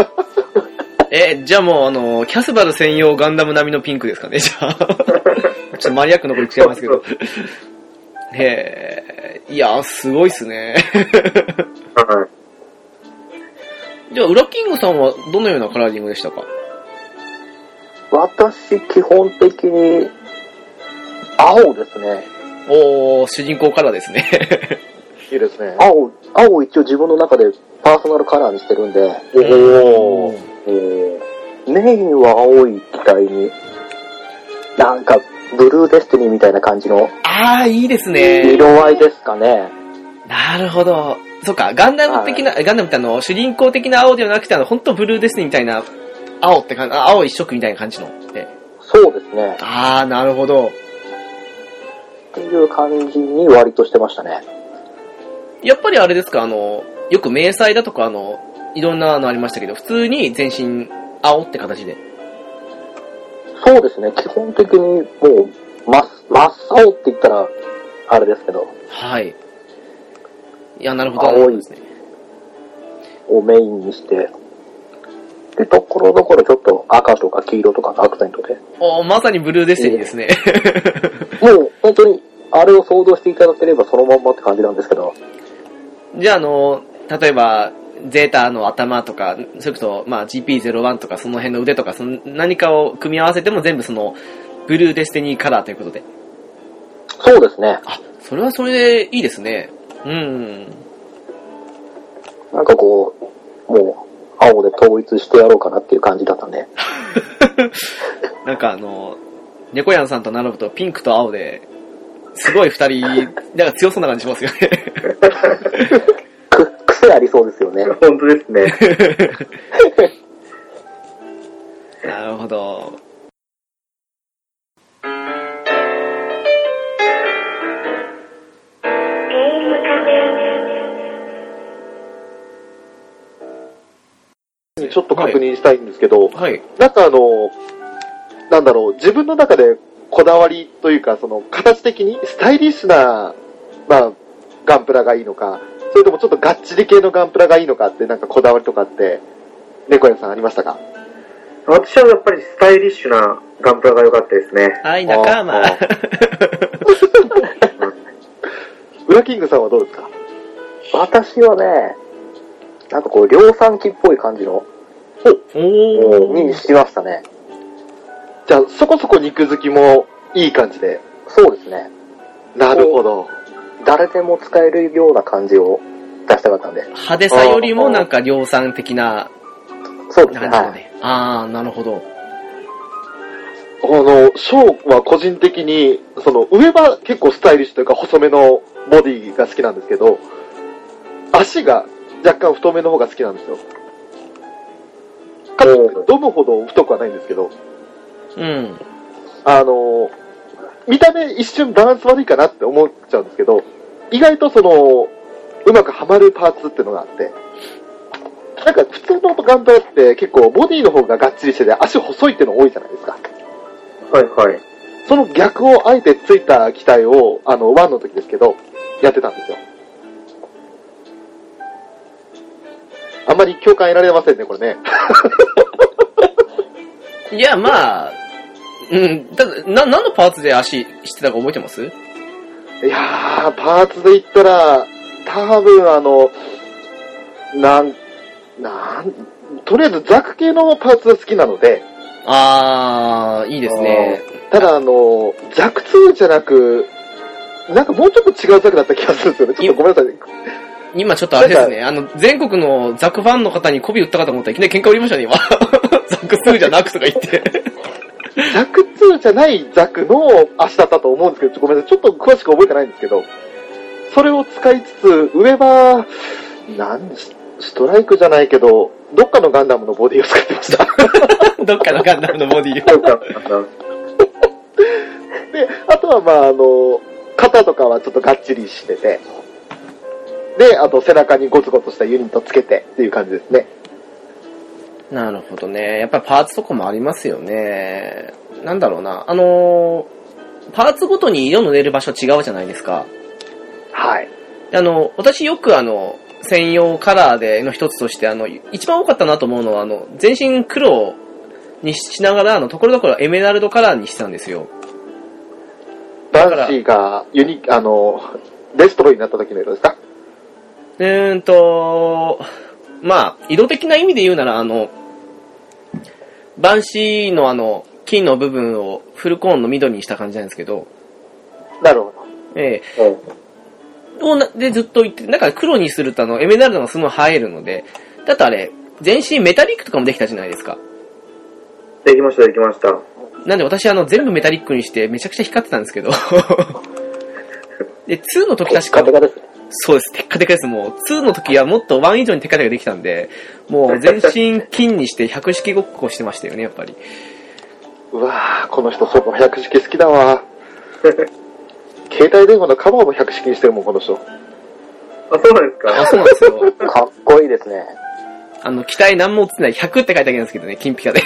A: え、じゃあもう、あの、キャスバル専用ガンダム並みのピンクですかね、じゃあ。ちょっとマニアックなこと言っちゃいますけど。へえ、いや、すごいっすね。
C: はい。
A: じゃあ、ウラキングさんはどのようなカラーリングでしたか
D: 私、基本的に、青ですね。
A: おー、主人公カラーですね。
B: いいですね。
D: 青、青を一応自分の中でパーソナルカラーにしてるんで、
B: おー。
D: えーメインは青い機体に、なんか、ブルーデスティニーみたいな感じの
A: あー、いいですね。
D: 色合いですかね。
A: なるほど。そっか、ガンダム的な、ガンダムってあの、主人公的な青ではなくて、あの、ほんとブルーデスニーみたいな、青って感じ、あ青一色みたいな感じの。え
D: そうですね。
A: あー、なるほど。
D: っていう感じに割としてましたね。
A: やっぱりあれですか、あの、よく迷彩だとか、あの、いろんなのありましたけど、普通に全身青って形で。
D: そうですね。基本的にもう、ま、真っ青って言ったら、あれですけど、
A: はい。いや、なるほど。
D: 青い
A: ですね。
D: をメインにして、で、ところどころちょっと赤とか黄色とかのアクセントで、
A: おーまさにブルーデスティニーですね。
D: もう本当に、あれを想像していただければそのまんまって感じなんですけど、
A: じゃあ、あの、例えば、ゼータの頭とか、それこそ、まあ、GP01 とか、その辺の腕とか、その何かを組み合わせても全部その、ブルーデスティニーカラーということで。
D: そうですね。
A: あ、それはそれでいいですね。うん。
D: なんかこう、もう、青で統一してやろうかなっていう感じだったんで、
A: なんかあの、猫やんさんと並ぶとピンクと青で、すごい二 人、なんか強そうな感じしますよね。
D: く、癖ありそうですよね。
C: 本当ですね。
A: なるほど。
B: ちょっと確認したいんですけど、
A: はい。
B: なんかあの、なんだろう、自分の中でこだわりというか、その、形的にスタイリッシュな、まあ、ガンプラがいいのか、それともちょっとガッチリ系のガンプラがいいのかって、なんかこだわりとかって、猫屋さんありました か
C: 私はやっぱりスタイリッシュなガンプラが良かったですね。
A: はい、仲間。
B: あウラキングさんはどうですか
D: 私はね、なんかこう、量産機っぽい感じの、
A: お
D: に
A: ー。
D: しましたね。
B: じゃあ、そこそこ肉付きもいい感じで。
D: そうですね。
B: なるほど。
D: 誰でも使えるような感じを出したかったんで。
A: 派手さよりもなんか量産的な
D: そうですね。
A: 感じの
D: はい。
A: ね。あー、なるほど。
B: あの、ショーは個人的に、その、上は結構スタイリッシュというか細めのボディが好きなんですけど、足が若干太めの方が好きなんですよ。かつ
C: おう、
B: ドムほど太くはないんですけど、
A: うん。
B: あの、見た目一瞬バランス悪いかなって思っちゃうんですけど、意外とその、うまくはまるパーツっていうのがあって、なんか普通のガンプラって結構ボディの方ががっちりしてて足細いっていうの多いじゃないですか。
C: はいはい。
B: その逆をあえてついた機体を、あの、ワンの時ですけど、やってたんですよ。あんまり共感得られませんね、これね。
A: いや、まあ、うん、ただ、な、何のパーツで足してたか覚えてます
B: いやー、パーツで言ったら、多分あの、なん、なん、とりあえずザク系のパーツが好きなので、
A: あー、いいですね。
B: ただあの、ザク2じゃなく、なんかもうちょっと違うザクだった気がするんですよね。ちょっとごめんなさい。
A: 今ちょっとあれですね、あの、全国のザクファンの方に媚び売ったかと思ったらいきなり喧嘩売りましたね、今。 ザク2じゃなくとか言って。
B: ザク2じゃないザクの足だったと思うんですけど、ちょごめんなさい、ちょっと詳しく覚えてないんですけど、それを使いつつ、上は、なん、スストライクじゃないけど、どっかのガンダムのボディを使ってました。
A: どっかのガンダムのボディを。
C: そうかなんだ
B: で、あとはまああの、肩とかはちょっとがっちりしてて、で、あと背中にゴツゴツしたユニットつけてっていう感じですね。
A: なるほどね。やっぱりパーツとかもありますよね。なんだろうな。あのーパーツごとに色の出る場所違うじゃないですか。
B: はい。
A: であの、私よくあの、専用カラーでの一つとして、あの、一番多かったなと思うのは、あの、全身黒にしながら、あの、ところどころエメラルドカラーにしてたんですよ。だから
B: 男子がユニ、あの、デストロイになった時の色ですか
A: うーんと、まあ、色的な意味で言うなら、あの、バンシーのあの、金の部分をフルコーンの緑にした感じなんですけど、
B: なるほど。
A: え
C: うん
A: えをなでずっと言って、だから黒にするとあの、エメラルドがすごい映えるので、だとあれ、全身メタリックとかもできたじゃないですか。
C: できました、できました。
A: なんで私あの全部メタリックにしてめちゃくちゃ光ってたんですけど。 で、2の時確
D: カテ
A: か、
D: カですね。
A: そうです、テッカテカです。もう、2の時はもっと1以上にテッカテカできたんで、もう全身金にして百式ごっこしてましたよね、やっ ぱり。
B: うわぁ、この人、そうか、百式好きだ わ。携帯電話のカバーも百式にしてるもん、この人。
C: あ、そうなんです
A: あ、
C: か
A: そうなんですよ。
D: かっこいいですね。
A: あの、機体何も映ってない100って書いてあげるんですけどね、金ピカ で。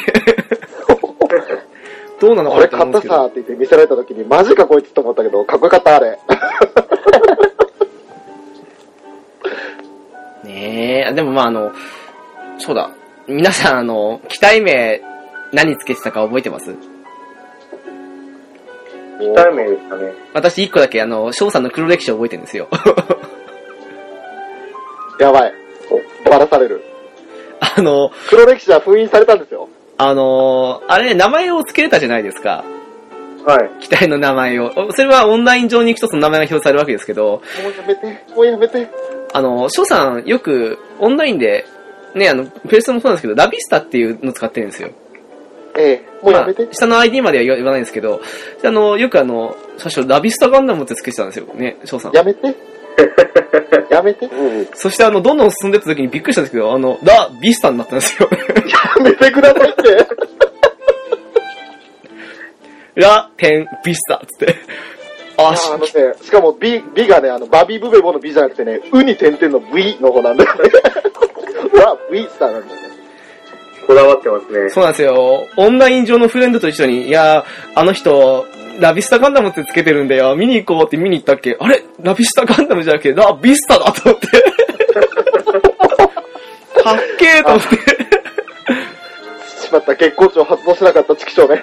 A: どうなの
B: こ
A: かな
B: れ
A: と思
B: 買
A: うん
B: っ
A: で
B: た
A: すけど。
B: さって言って見せられた時に、マジかこいつと思ったけど、かっこよかった、あれ。
A: ねえ、でもまああの、そうだ。皆さんあの、機体名何つけてたか覚えてます
C: 機体名ですかね。
A: 私1個だけあの、翔さんの黒歴史を覚えてるんですよ。
B: やばい。バラされる。
A: あの、
B: 黒歴史は封印されたんですよ。
A: あのーあれ、名前を付けれたじゃないですか。
C: はい。
A: 機体の名前を。おそれはオンライン上に行くとその名前が表示されるわけですけど、
B: もうやめて、もうやめて。
A: あの、翔さんよくオンラインで、ね、あの、ペーストもそうなんですけど、ラビスタっていうのを使ってるんですよ。
B: ええ、もうやめて
A: まあ。下の ID までは言わ言わないんですけど、あの、よくあの、最初ラビスタガンダムって付けてたんですよね、翔さん。
B: やめて。やめ て。や
D: うん。
A: そしてあの、どんどん進んでった時にびっくりしたんですけど、あの、ラ・ビスタになったんですよ。
B: めてくださいって。
A: ラ・テン・ビスタっつって。あ
B: あ
A: し
B: のね、しかも B、B がね、あの、バビーブベボの B じゃなくて ね、ウに点々の V の方なんだよね。は、V スターなんだよね。
C: こだわってますね。
A: そうなんですよ。オンライン上のフレンドと一緒に、いやー、あの人、ラビスタガンダムってつけてるんだよ。見に行こうって見に行ったっけあれラビスタガンダムじゃなくて、ラビスタだと思って。 かっけーと思って。
B: しまった、月光町発動しなかった、チキショウね。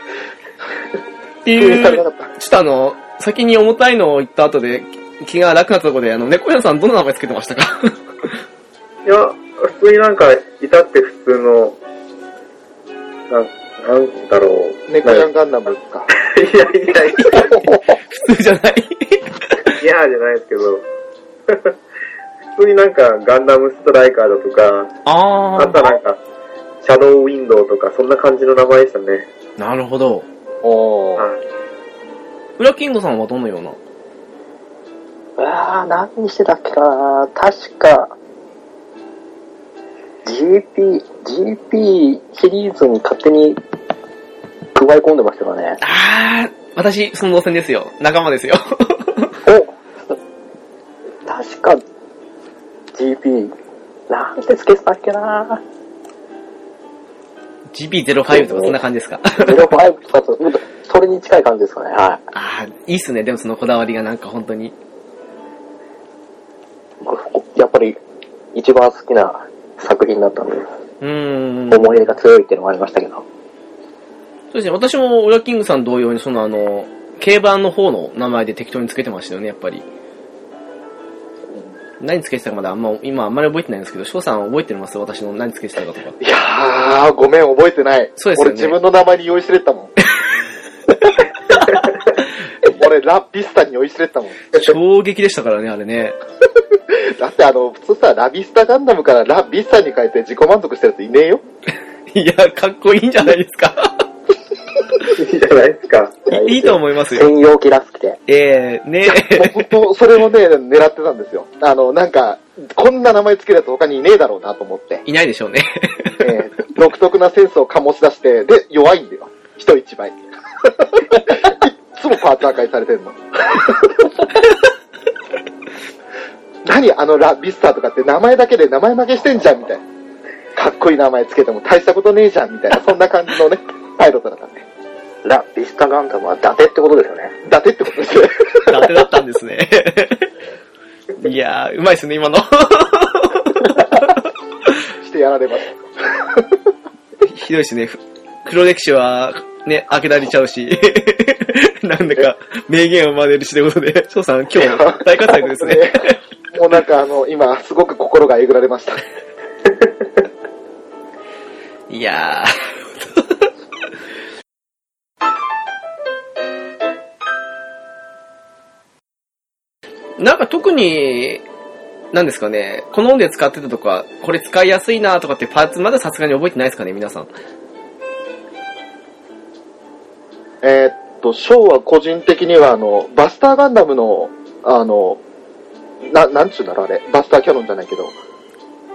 A: って
B: 救
A: い
B: 援され
A: う
B: な、かった。
A: ちょっとあの、先に重たいのを言った後で、気が楽なところで、あの、猫屋さんどんな名前つけてましたか
C: いや、普通になんか、いたって普通の、ななんだろう。
B: 猫ちゃん
C: が。
B: ガンダムか。
C: いやいやいや、
A: 普通じゃない。
C: いやじゃないですけど。普通になんか、ガンダムストライカーだとか、
A: あ
C: あとはなんか、シャドウウィンドウとか、そんな感じの名前でしたね。
A: ー、なるほど。
D: おー。
C: はい。
A: フラキングさんはどのような
D: あー、何にしてたっけな確か、GP、GP シリーズに勝手に加え込んでましたよね。
A: あー、私、その動線ですよ。仲間ですよ。
D: お確か、GP、なんてつけてたっけな
A: GP05 とかそんな感じですか。
D: ?05 とかと、それに近い感じですかね。はい。
A: ああ、いいっすね。でもそのこだわりがなんか本当に。
D: やっぱり一番好きな作品だったので、
A: うーん。そう
D: 思い入れが強いっていうのもありましたけど。
A: ですね。私も、ウラキングさん同様に、そのあの、競馬の方の名前で適当につけてましたよね、やっぱり。何つけてたかまだあんま、今あんまり覚えてないんですけど、翔さん覚えてます私の何つけてたかとか。
B: いやー、ごめん、覚えてない。
A: そうですよね
B: 俺自分の名前に酔いしれて たもん。俺、ラビスタに酔いしれてたもん。
A: 衝撃でしたからね、あれね。
B: だってあの、普通さ、ラビスタガンダムからラビスタに変えて自己満足してるやついねえよ。
A: いや、かっこいいんじゃないですか。
C: いいじゃないですか。
A: いいいと思いますよ。
D: 専用機らしくて。
A: ええね
B: もう本当、それをね、狙ってたんですよ。あの、なんか、こんな名前つけるやつ他にいねえだろうなと思って。
A: いないでしょうね。
B: えー 独特なセンスを醸し出して、で、弱いんだよ。人一倍。いっつもパーツ破壊されてんの。何あのラビスターとかって名前だけで名前負けしてんじゃんみたいな。かっこいい名前つけても大したことねえじゃんみたいな、そんな感じのね、パイロットだったんで。
D: ラ・ビスタガンダムは伊達ってことですよね。
B: 伊達ってことですね。
A: 伊達だったんですね。いやー、うまいっすね、今の。
B: してやられまし
A: ひどいしね。ふ黒歴史は、ね、開けられちゃうし。 なんだか、名言を真似るしということで、翔さん、今日、大活躍です ね。
B: た。もうなんかあの、今、すごく心がえぐられました。
A: いやー。 なんか特に、なんですかね、この音で使ってたとか、これ使いやすいなとかってパーツまださすがに覚えてないですかね、皆さん。
B: えーっと、ショーは個人的には、あの、バスターガンダムの、あの、な、なんちゅうんだろう、あれ。バスターキャノンじゃないけど、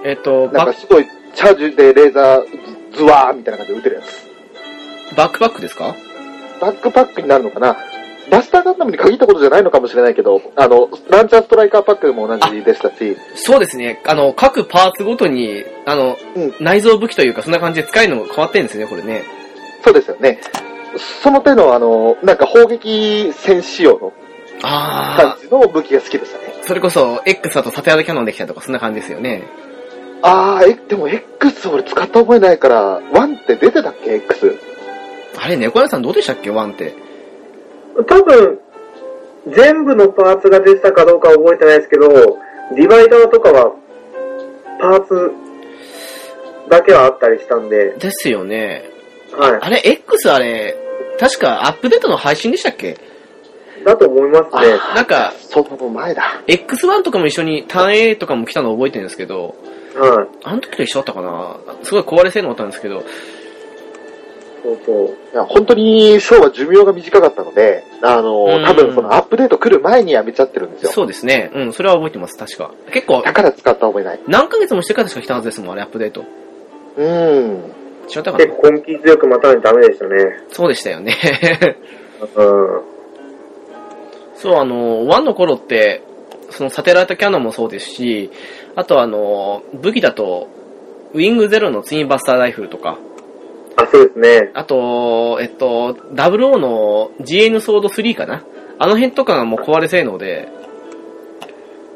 A: えっ、と、
B: なん
A: バ
B: かすごい、チャージュでレーザー、ズワーみたいな感じで撃てるやつ。
A: バックパックですか
B: バックパックになるのかなバスターガンダムに限ったことじゃないのかもしれないけど、あの、ランチャーストライカーパックも同じでしたし、
A: そうですね。あの、各パーツごとに、あの、
B: うん
A: 内蔵武器というか、そんな感じで使えるのが変わってるんですよね、これね。
B: そうですよね。その手の、あの、なんか砲撃戦仕様の感
A: あ
B: じの武器が好きでしたね。
A: あ、それこそ、X だと縦穴キャノンできたりとか、そんな感じですよね。
B: あー、え、でも X 俺使った覚えないから、1って出てたっけ ?X。
A: あれ、猫屋さんどうでしたっけ、ワンって。
C: 多分、全部のパーツが出てたかどうかは覚えてないですけど、ディバイダーとかは、パーツだけはあったりしたんで、
A: ですよね。
C: は
A: あれ、X あれ、確かアップデートの配信でしたっけ
C: い。だと思いますね。
A: なんか、
B: その前だ。
A: X1 とかも一緒に、単 A とかも来たの覚えてるんですけど、
C: はい。
A: あの時と一緒だったかなすごい壊れ性能だったんですけど、
C: そうそう。
B: いや本当にショーは寿命が短かったので、あの
A: うん、
B: 多分そのアップデート来る前にやめちゃってるんですよ。
A: そうですね。うん、それは覚えてます、確か。結構
B: だ、から使った覚えない。
A: 何ヶ月もしてからしか来たはずですもん、あれ、アップデート。
B: うん。
A: 違ったかな
C: 結構根気強く待たないとダメでしたね。
A: そうでしたよね。
C: うん。
A: そう、あの、1の頃って、そのサテライトキャノンもそうですし、あとあの、武器だと、ウィングゼロのツインバスターライフルとか、
C: あ、そうですね。
A: あと、えっと、00の GN ソード3かな。あの辺とかがもう壊れ性能で、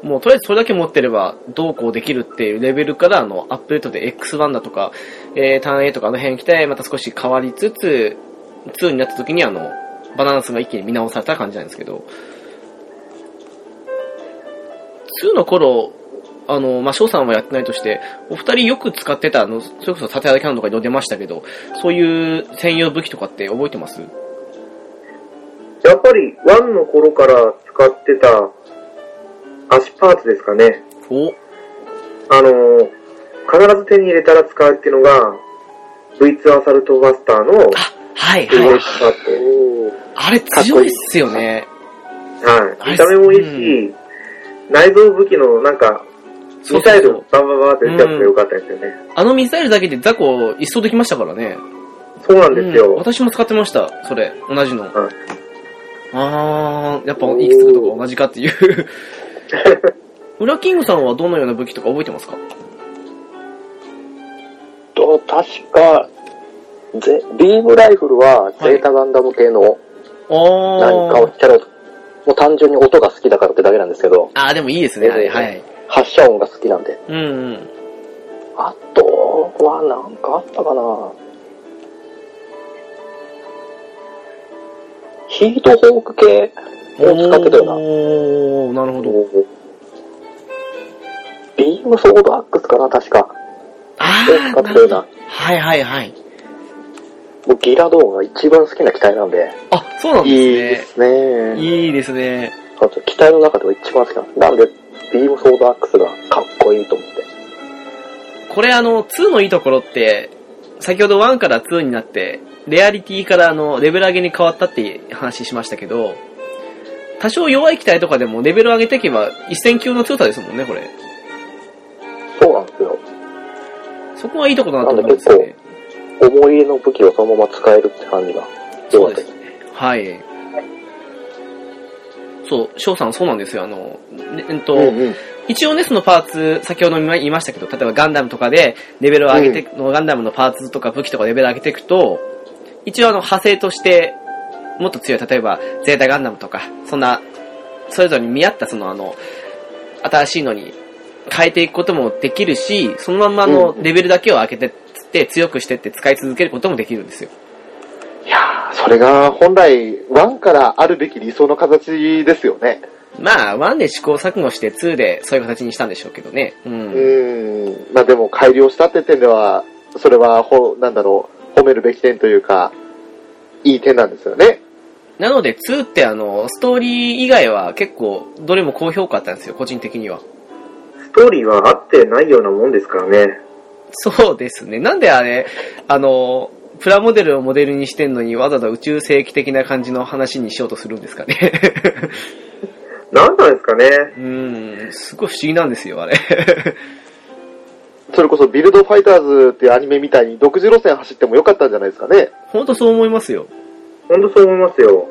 A: もうとりあえずそれだけ持ってればどうこうできるっていうレベルから、あの、アップデートで X1 だとか、えー、ターン A とかあの辺来て、また少し変わりつつ、2になった時にあの、バランスが一気に見直された感じなんですけど、2の頃、あの、まあ、翔さんはやってないとして、お二人よく使ってた、あの、それこそ縦歩きハンドとかに出ましたけど、そういう専用武器とかって覚えてます
C: やっぱり、ワンの頃から使ってた足パーツですかね。
A: お
C: あの、必ず手に入れたら使うっていうのが、V2 アサルトバスターの
A: はい、
C: 動
A: はいい。
C: 使って、
A: あれ強いっすよね。
C: はい。見た目もいいし、内蔵武器のなんか、
A: そう
C: ミ
A: そ
C: サ
A: う
C: イ
A: そ
C: ル
A: う
C: をバンバンバンって打つやつが良かったですよね。
A: あのミサイルだけでザコ一掃できましたからね。
C: そうなんです
A: うん
C: よ。
A: 私も使ってました、それ。同じの。
C: ん
A: あー、やっぱ行き着くとこ同じかっていう。ウラキングさんはどのような武器とか覚えてますか
D: と、確か、ゼビームライフルは、ゼータガンダム系の
A: あー。
D: 何かをキャラ、もう単純に音が好きだからってだけなんですけど、
A: あー、でもいいですね、あれ。
D: うん
A: はい。
D: 発射音が好きなんで。
A: うんうん。
D: あとは、なんかあったかなヒートホーク系を使ってたよな。
A: おー、なるほど。
D: ビームソードアックスかな、確か。
A: あ
D: を
A: ー、
D: 使っ
A: なる
D: てたよ
A: ほ
D: う
A: ど。
D: な。
A: はいはいはい。
D: もうギラドーンが一番好きな機体なんで。
A: あ、そうなん
D: いい
A: で
D: ですすね。
A: ね。いいですね。
D: あと機体の中では一番好きなんです。なんで、ビームソードアックスがかっこいいと思って。
A: これあの、2のいいところって、先ほど1から2になって、レアリティからあの、レベル上げに変わったって話しましたけど、多少弱い機体とかでもレベル上げていけば一戦級の強さですもんね、これ。
D: そうなんですよ。
A: そこはいいところだなと思うんですよね。
D: 思い入れの武器をそのまま使えるって感じが。
A: そう
D: 良か
A: で
D: っ
A: す
D: た
A: ね。はい。そう、翔さんそうなんですよ。あの、ねえっと、
B: うんうん。
A: 一応ね、そのパーツ、先ほども言いましたけど、例えばガンダムとかでレベルを上げていく、ガンダムのパーツとか武器とかレベル上げていくと、一応あの派生として、もっと強い、例えば、ゼータガンダムとか、そんな、それぞれに見合ったそのあの、新しいのに変えていくこともできるし、そのまんまあのレベルだけを上げてって、強くしてって使い続けることもできるんですよ。
B: いやーそれが本来、ワンからあるべき理想の形ですよね。
A: まあ、1で試行錯誤して2でそういう形にしたんでしょうけどね。うん。
B: うん。まあでも改良したって点では、それは、ほ、なんだろう、褒めるべき点というか、いい点なんですよね。
A: なので2ってあの、ストーリー以外は結構どれも高評価だったんですよ、個人的には。
C: ストーリーは合ってないようなもんですからね。
A: そうですね。なんであれ、あの、プラモデルをモデルにしてんのにわざわざ宇宙世紀的な感じの話にしようとするんですかね。
C: なんなんですかね。
A: うーん、すごい不思議なんですよ、あれ。
B: それこそビルドファイターズっていうアニメみたいに独自路線走ってもよかったんじゃないですかね。
A: ほんとそう思いますよ。
C: ほんとそう思いますよ。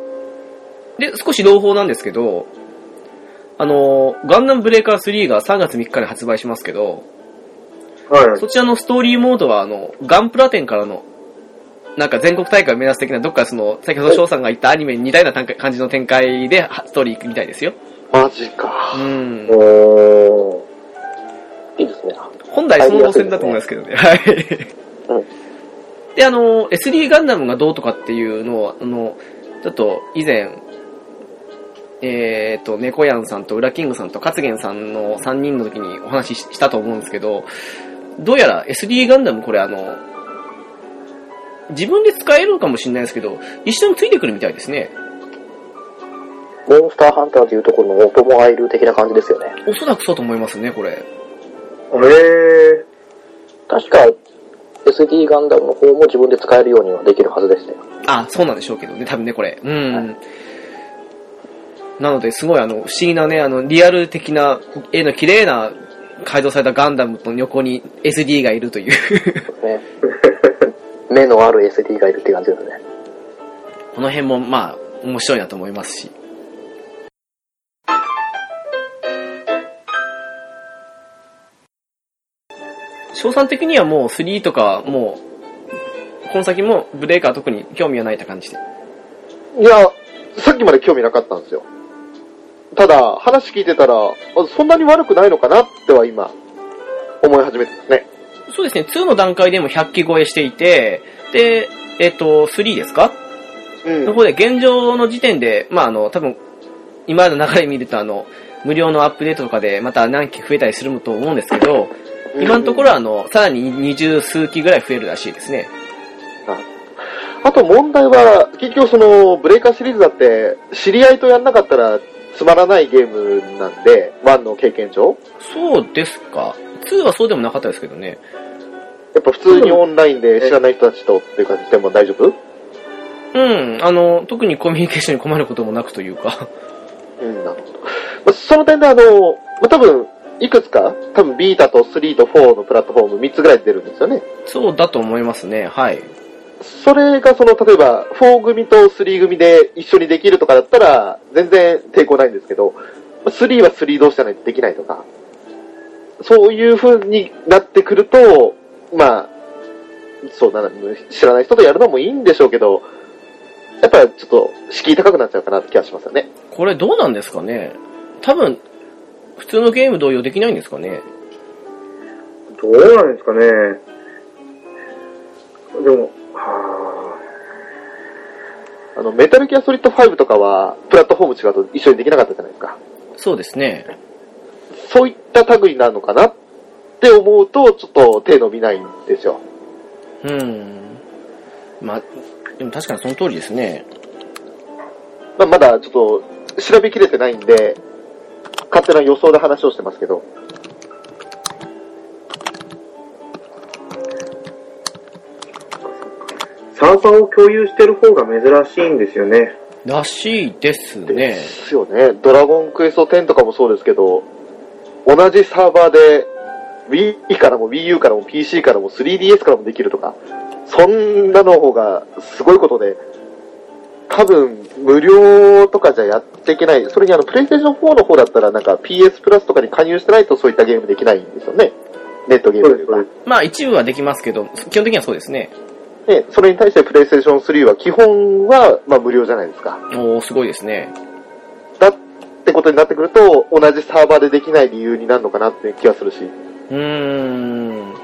A: で、少し朗報なんですけど、あの、ガンダムブレーカー3が3月3日に発売しますけど、
C: はい
A: そ。ちらのストーリーモードは、あの、ガンプラ展からの、なんか全国大会を目指す的な、どっかその、先ほど翔さんが言ったアニメに似たような展開感じの展開で、はストーリー行くみたいですよ。
B: マジか。
A: うん。
C: おー。
D: いいですね。
A: 本来その路線だと思いますけどね。はい。
D: うん
A: で、あの、SD ガンダムがどうとかっていうのを、あの、ちょっと以前、えっ、と、猫やんさんとウラキングさんとカツゲンさんの3人の時にお話ししたと思うんですけど、どうやら SD ガンダムこれあの、自分で使えるのかもしれないですけど、一緒についてくるみたいですね。
D: モンスターハンターというところのオトモアイル的な感じですよね。
A: おそらくそうと思いますね、これ。
C: え
D: 確か、SD ガンダムの方も自分で使えるようにはできるはずでしたよ。
A: あ、そうなんでしょうけどね、多分ね、これ。うん。
D: は
A: なので、すごいあの、不思議なね、あの、リアル的な、絵の綺麗な、改造されたガンダムと横に SD がいるという。
D: ね。目のある SD がいるって感じですね。
A: この辺も、まあ、面白いなと思いますし。翔さん的にはもう3とか、もう、本先もブレーカー特に興味はないって感じで。
B: いや、さっきまで興味なかったんですよ。ただ、話聞いてたら、あそんなに悪くないのかなっては今、思い始めてますね。
A: そうですね、2の段階でも100機超えしていて、で、えっ、と、3ですか
B: うん
A: の。方で現状の時点で、まああの、多分、今までの流れ見るとあの、無料のアップデートとかでまた何機増えたりすると思うんですけど、今のところはあの、さらに二十数機ぐらい増えるらしいですね。
B: あと問題は、結局その、ブレイカーシリーズだって、知り合いとやんなかったらつまらないゲームなんで、ワンの経験上。
A: そうですか。2はそうでもなかったですけどね。
B: やっぱ普通にオンラインで知らない人たちとっていう感じでも大丈夫
A: うん、あの、特にコミュニケーションに困ることもなくというか。
B: うん、なるほど。まあ、その点であの、まあ、多分、いくつか、多分ビータと3と4のプラットフォーム3つぐらい出るんですよね。
A: そうだと思いますね、はい。
B: それがその、例えば、4組と3組で一緒にできるとかだったら、全然抵抗ないんですけど、まあ3は3同士じゃないとできないとか、そういう風になってくると、まあ、そうだな、知らない人とやるのもいいんでしょうけど、やっぱちょっと、敷居高くなっちゃうかなって気がしますよね。
A: これどうなんですかね多分、普通のゲーム同様できないんですかね
C: どうなんですかね。でも、は
B: あの、メタルギアソリッド5とかは、プラットフォーム違うと一緒にできなかったじゃないですか。
A: そうですね。
B: そういった類なのかなって思うと、ちょっと手伸びないんですよ。
A: うん。まあ、でも確かにその通りですね。
B: まあ、まだちょっと、調べきれてないんで、勝手な予想で話をしてますけど。
C: あ、サーバーを共有してる方が珍しいんですよね。
A: らしいです
B: で
A: ね。
B: すよね。ドラゴンクエスト10とかもそうですけど、同じサーバーで、Wii からも Wii U からも PC からも 3DS からもできるとか、そんなの方がすごいことで、多分無料とかじゃやっていけない。それにあの、PlayStation 4の方だったらなんか PS プラスとかに加入してないとそういったゲームできないんですよね。ネットゲームというか。
A: まあ一部はできますけど、基本的にはそうですね。
B: で、それに対して PlayStation 3は基本は、まあ、無料じゃないですか。
A: おー、すごいですね。
B: だってことになってくると、同じサーバーでできない理由になるのかなっていう気がするし。
A: うーん。
C: うん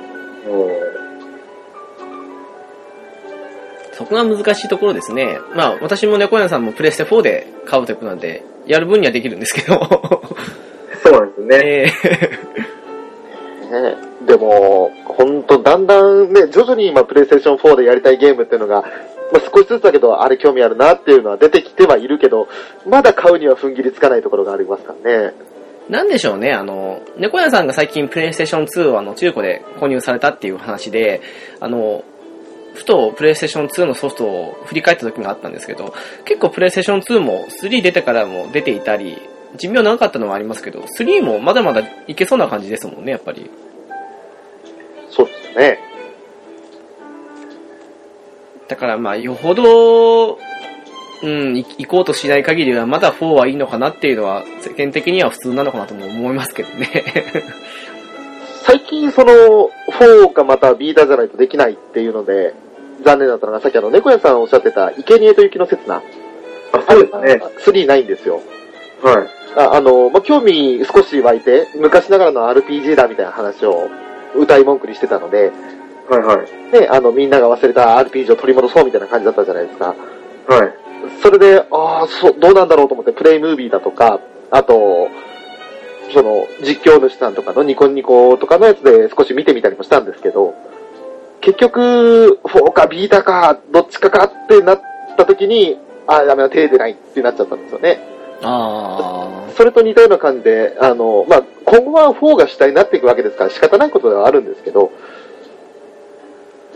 A: そこが難しいところですね。まあ、私も猫屋さんもプレステ4で買うということなんで、やる分にはできるんですけど。
C: そうなんですね。
A: えー
B: ね、でも、本当だんだんね、徐々に今 PlayStation 4でやりたいゲームっていうのが、まあ、少しずつだけど、あれ興味あるなっていうのは出てきてはいるけど、まだ買うには踏ん切りつかないところがありますからね。
A: なんでしょうね、あの、猫屋さんが最近プレイステーション2をあの中古で購入されたっていう話で、あの、ふとプレイステーション2のソフトを振り返った時があったんですけど、結構プレイステーション2も3出てからも出ていたり、寿命長かったのはありますけど、3もまだまだいけそうな感じですもんね、やっぱり。
B: そうですよね。
A: だからまあ、よほど、うん、い行こうとしない限りは、まだ4はいいのかなっていうのは、世間的には普通なのかなとも思いますけどね。
B: 最近その、4かまたビータじゃないとできないっていうので、残念だったのが、さっきあの、猫屋さんおっしゃってた、生贄と雪の刹那。
C: あ、そうですね。
B: 3ないんですよ。
C: はい。
B: ああの、まあ、興味少し湧いて、昔ながらの RPG だみたいな話を歌い文句にしてたので、
C: はいはい。
B: ね、あの、みんなが忘れた RPG を取り戻そうみたいな感じだったじゃないですか。
C: はい。
B: それで、ああ、そう、どうなんだろうと思って、プレイムービーだとか、あと、その、実況主さんとかのニコニコとかのやつで少し見てみたりもしたんですけど、結局、フォーかビータか、どっちかかってなった時に、ああ、ダメだ、手出ないってなっちゃったんですよね。
A: あ
B: それと似たような感じで、あの、まあ、今後は4が主体になっていくわけですから仕方ないことではあるんですけど、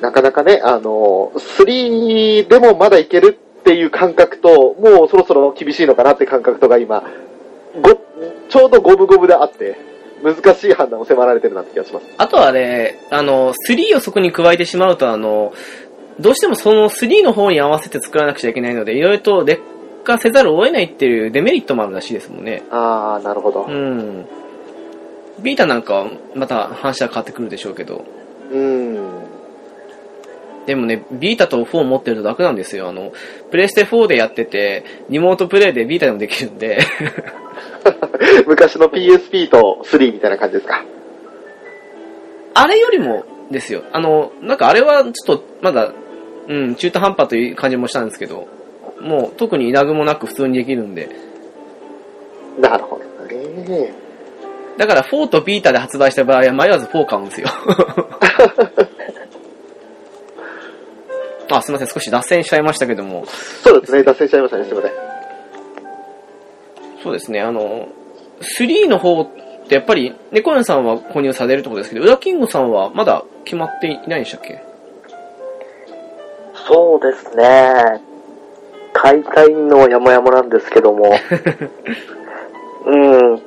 B: なかなかね、あの、3でもまだいけるっていう感覚と、もうそろそろ厳しいのかなって感覚とが今、ご、ちょうど五分五分であって、難しい判断を迫られてるなって気がします。
A: あとはね、あの、3をそこに加えてしまうと、あの、どうしてもその3の方に合わせて作らなくちゃいけないので、いろいろと劣化せざるを得ないっていうデメリットもあるらしいですもんね。
B: ああ、なるほど
A: う。ん。ビータなんかはまた話は変わってくるでしょうけど。
B: うん。
A: でもね、ビータと4を持ってるだけなんですよ。あの、プレステ4でやってて、リモートプレイでビータでもできるんで、
B: 昔の PSP と3みたいな感じですか。
A: あれよりもですよ。あの、なんかあれはちょっとまだ、うん、中途半端という感じもしたんですけど、もう特にイナグもなく普通にできるんで。
B: なるほどね。
A: だから4とビータで発売した場合は迷わず4買うんですよ。 あ、すいません、少し脱線しちゃいましたけども。
B: そうですね、脱線しちゃいましたね、すいません。
A: そうですね、あの、3の方ってやっぱり、猫屋さんは購入されるってことですけど、ウラキングさんはまだ決まっていないんでしたっけ
D: そうですね。大会の山々なんですけど も。うん。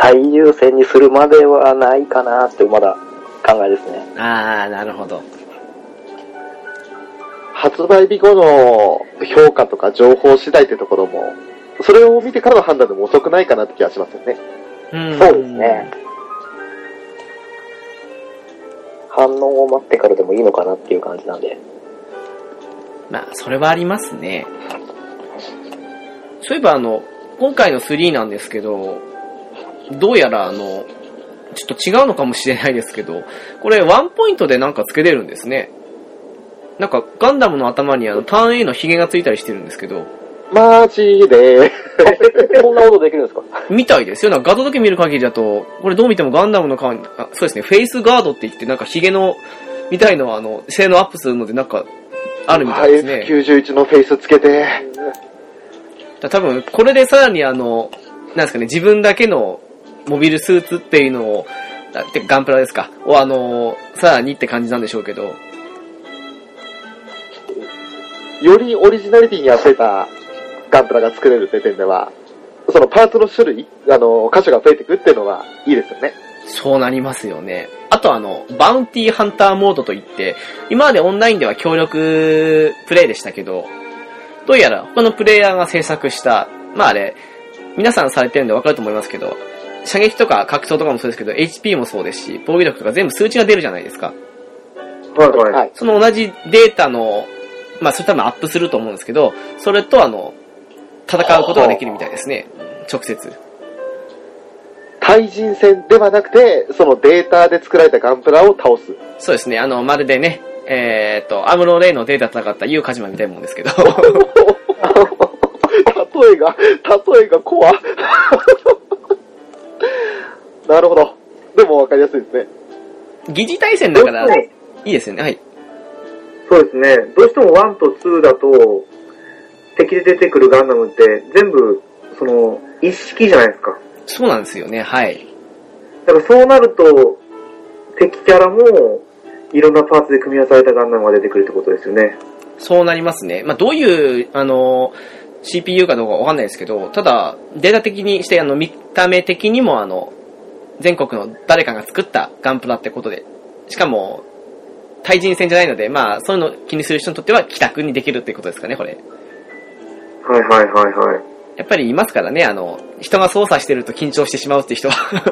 D: 最優先にするまではないかなってまだ考えですね。
A: あー、なるほど。
B: 発売日後の評価とか情報次第ってところも、それを見てからの判断でも遅くないかなって気がしますよね。
A: うん
D: そうですね。。反応を待ってからでもいいのかなっていう感じなんで。
A: まあ、それはありますね。そういえば、あの、今回の3なんですけど、どうやら、あの、ちょっと違うのかもしれないですけど、これワンポイントでなんか付けれるんですね。なんか、ガンダムの頭にあの、ターン A のヒゲがついたりしてるんですけど、
B: マジで、
D: そんなことできるんですか
A: みたいですよ。なんか画像だけ見る限りだと、これどう見てもガンダムの顔に、あそうですね、フェイスガードって言って、なんかヒゲの、みたいのは、あの、性能アップするので、なんか、あるみたいですね。
B: F91 のフェイスつけて、
A: だ多分、これでさらにあの、なんですかね、自分だけのモビルスーツっていうのを、あてかガンプラですか、をあの、さらにって感じなんでしょうけど、
B: よりオリジナリティに合わせたガンプラが作れるって点では、そのパーツの種類、あの、箇所が増えていくっていうのはいいですよね。
A: そうなりますよね。あとあの、バウンティーハンターモードといって、今までオンラインでは協力プレイでしたけど、どうやら他のプレイヤーが制作した、まああれ、皆さんされてるんでわかると思いますけど、射撃とか格闘とかもそうですけど、HP もそうですし、防御力とか全部数値が出るじゃないですか。
C: はいはい。
B: はい。
A: その同じデータの、まあ、それ多分アップすると思うんですけど、それとあの、戦うことができるみたいですね。直接。
B: 対人戦ではなくて、そのデータで作られたガンプラを倒す。
A: そうですね。あの、まるでね、えーっと、アムロレイのデータと戦ったユウカジマみたいなもんですけど。
B: 例えが、例えが怖なるほど。でも分かりやすいですね。
A: 疑似対戦だから、
C: どう
A: い
C: しても
A: いですよね。はい。
C: そうですね。どうしても1と2だと、敵で出てくるガンダムって全部、その、一式じゃないですか。
A: そうなんですよね。はい。
C: だからそうなると、敵キャラも、いろんなパーツで組み合わされたガンダムが出てくるってことですよね。
A: そうなりますね。まあ、どういう、あの、CPU かどうかわかんないですけど、ただ、データ的にして、あの、見た目的にも、あの、全国の誰かが作ったガンプラってことで、しかも、対人戦じゃないので、まあ、そういうの気にする人にとっては、帰宅にできるってことですかね、これ。
C: はいはいはいはい。
A: やっぱりいますからね、あの、人が操作してると緊張してしまうって人は。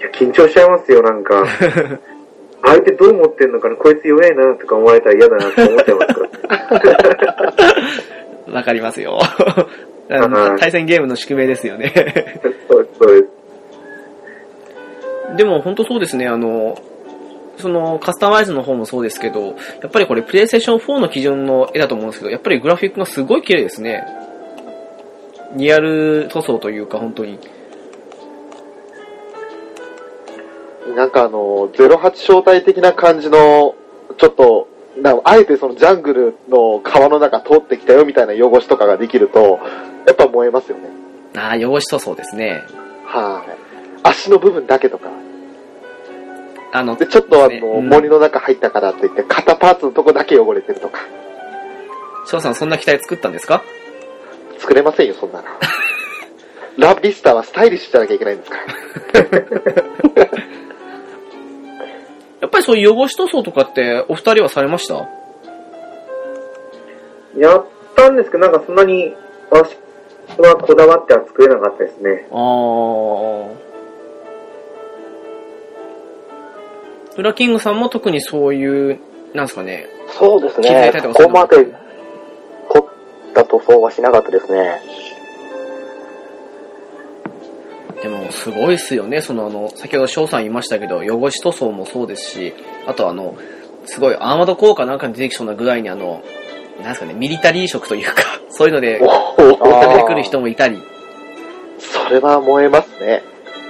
C: いや、緊張しちゃいますよ、なんか。相手どう思ってんのかな、こいつ弱えなとか思われたら嫌だなって思っちゃいますから。
A: わかりますよ。 あの対戦ゲームの宿命ですよね。
C: そうです、そうです。
A: でも本当そうですね、あの、そのカスタマイズの方もそうですけど、やっぱりこれ PlayStation 4の基準の絵だと思うんですけど、やっぱりグラフィックがすごい綺麗ですね。リアル塗装というか本当に。
B: なんかあの、08招待的な感じの、ちょっと、なあえてそのジャングルの川の中通ってきたよみたいな汚しとかができると、やっぱ燃えますよね。
A: ああ、汚し塗装ですね。
B: はい。足の部分だけとか。
A: あの
B: で、、ちょっとあ
A: ね
B: の、
A: うん
B: 森の中入ったからって言って、肩パーツのとこだけ汚れてるとか。
A: 翔さんそんな機体作ったんですか
B: 作れませんよ、そ んなの。ラビスタはスタイリッシュじゃなきゃいけないんですから。
A: やっぱりそういう汚し塗装とかってお二人はされました
C: やったんですけど、なんかそんなに、私はこだわっては作れなかったですね。
A: ああ。ウラキングさんも特にそういう、なんですかね、
D: そうです
A: 機材
D: ね
A: 体。と
D: こ
A: かそういうの
D: こまで凝った塗装はしなかったですね。
A: でもすごいっすよね、そのあの、先ほど翔さん言いましたけど、汚し塗装もそうですし、あとあの、すごいアーマード効果なんかに出てきそうな具合にあの、なんですかね、ミリタリー色というか、 そういうので、出てくる人もいたり、
B: それは燃えますね。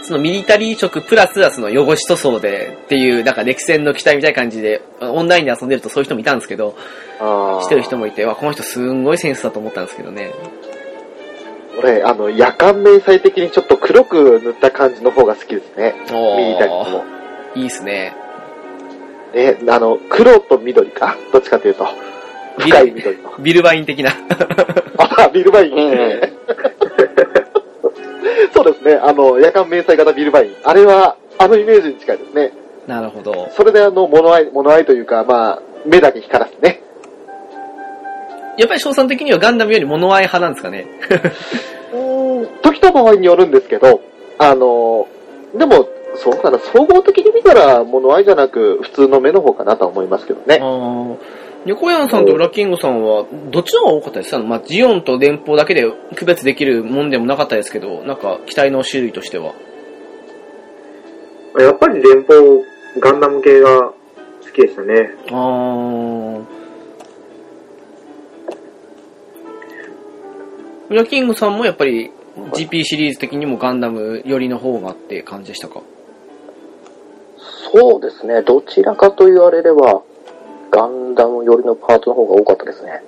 A: そのミリタリー色プラスはその汚し塗装でっていう、なんか歴戦の期待みたいな感じで、オンラインで遊んでるとそういう人もいたんですけど、
B: あ
A: してる人もいて、わ、この人すんごいセンスだと思ったんですけどね。
B: 俺、あの、夜間迷彩的にちょっと黒く塗った感じの方が好きですね。
A: お
B: ミリタリーも。
A: いいっすね。
B: え、あの、黒と緑か。どっちかというと。深い緑の。
A: ビルバイン的な。
B: あ、ビルバイン。
D: うんうん
B: そうですね。あの、夜間迷彩型ビルバイン。あれは、あのイメージに近いですね。
A: なるほど。
B: それであの、物合い、物合いというか、まあ、目だけ光らすね。
A: やっぱり翔さん的にはガンダムより物合い派なんですかね。
B: うーん、時と場合によるんですけど、あの、でも、そうかな、総合的に見たら物合いじゃなく、普通の目の方かなとは思いますけど
A: あ
B: ね。
A: ー横山さんとウラキングさんは、どっちの方が多かったですかまあ、ジオンと電報だけで区別できるもんでもなかったですけど、なんか、機体の種類としては。
C: やっぱり連邦ガンダム系が好きでしたね。
A: あー。ウラキングさんもやっぱり GP シリーズ的にもガンダム寄りの方がって感じでしたか
D: そうですね。どちらかと言われれば、ガンダム寄りのパートの方が多かったですね。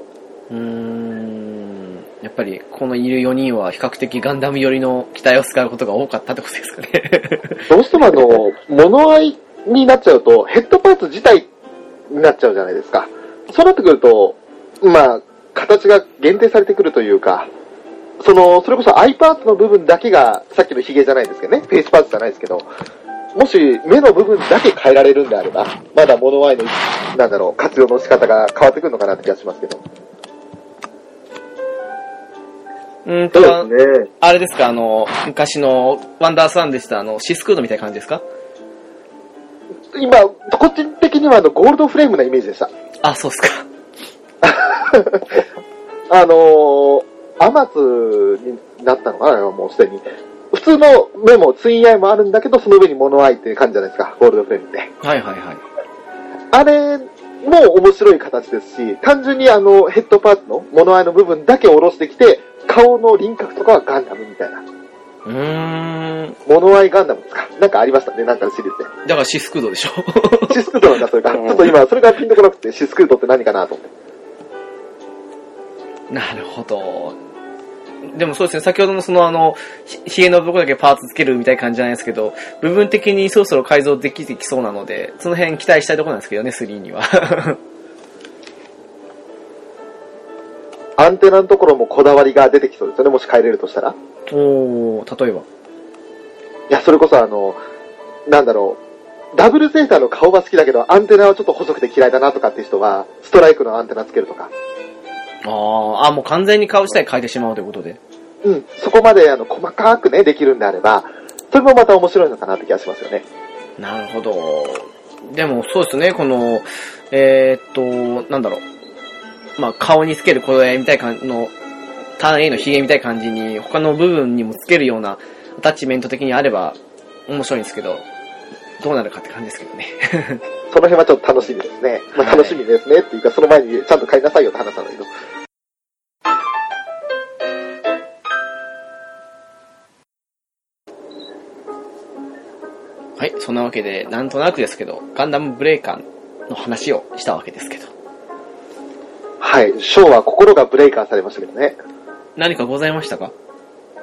A: うーんやっぱりこのいる4人は比較的ガンダム寄りの機体を使うことが多かったってことですかね。
B: どうしてもあの、物合いになっちゃうと、ヘッドパーツ自体になっちゃうじゃないですか。そうなってくると、まあ、形が限定されてくるというか、その、それこそアイパーツの部分だけが、さっきのヒゲじゃないですけどね、フェイスパーツじゃないですけど、もし目の部分だけ変えられるんであれば、まだ物合いの、なんだろう、活用の仕方が変わってくるのかなって気がしますけど。
A: うんと、
C: そうですね。
A: あれですか、あの、昔のワンダースワンでした、あの、シスクードみたいな感じですか
B: 今、個人的にはあの、ゴールドフレームなイメージでした。
A: あ、そうっすか。
B: あのー、アマツになったのかな、もうすでに。普通の目も、ツインアイもあるんだけど、その上に物アイっていう感じじゃないですか、ゴールドフレームって。
A: はいはいはい。
B: あれも面白い形ですし、単純にあの、ヘッドパーツの物アイの部分だけ下ろしてきて、顔の輪郭とかはガンダムみたいな。
A: うーん。
B: 物アイガンダムですかなんかありましたね、なんかのシリーズ
A: だからシスクードでしょ。
B: で。シ スクルトなんかそれか。ち
D: うん
B: ょっと今、それがピンとこなくて、シスクルトって何かなと思って。
A: なるほど。でもそうですね、先ほどのそのあの、ひひげの部分だけパーツつけるみたいな感じじゃないですけど、部分的にそろそろ改造できてきそうなので、その辺期待したいところなんですけどね、3には。
B: アンテナのところもこだわりが出てきそうですよね、もし変えれるとしたら。
A: おー、例えば。
B: いや、それこそあの、なんだろう、ダブルセンターの顔が好きだけど、アンテナはちょっと細くて嫌いだなとかっていう人は、ストライクのアンテナつけるとか。
A: あーあ、もう完全に顔自体変えてしまうということで。
B: うん、そこまであの細かくね、できるんであれば、それもまた面白いのかなって気がしますよね。
A: なるほど。でもそうですね、この、えー、っと、なんだろう。まあ、顔につけるこれみたいな感じの、ターン A のヒゲみたいな感じに、他の部分にもつけるようなアタッチメント的にあれば面白いんですけど、どうなるかって感じですけどね。
B: その辺はちょっと楽しみですね。まあ、
A: はい
B: 楽しみですねっていうか、その前にちゃんと買いなさいよって話なんだけど。
A: はい、そんなわけで、なんとなくですけど、ガンダムブレーカーの話をしたわけですけど。
B: はい、ショーは心がブレイカーされましたけどね。
A: 何かございま したか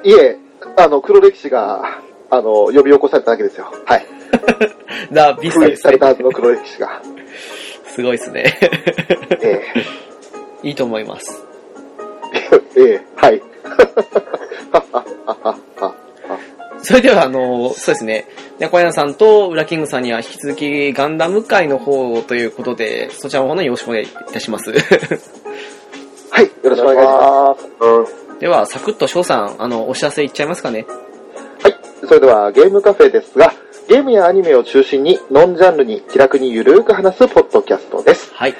B: いえ、あの、黒歴史が、あの、呼び起こされただけですよ。はい。
A: ザ・ビス
B: 封
A: ト
B: 印
A: です
B: され
A: ね。
B: たはずの黒歴史が。
A: すごいですね。
B: ええ
A: いいと思います。
B: ええ、はい。
A: それでは、あの、そうですね。猫屋さんとウラキングさんには引き続きガンダム界の方ということで、そちらの方のよろしくお願いいたします。
B: はい、よろしくお願いします。
D: す。
C: うん
A: では、サクッと翔さん、あの、お知らせいっちゃいますかね。
B: はい、それではゲームカフェですが、ゲームやアニメを中心に、ノンジャンルに気楽にゆるーく話すポッドキャストです。
A: はい。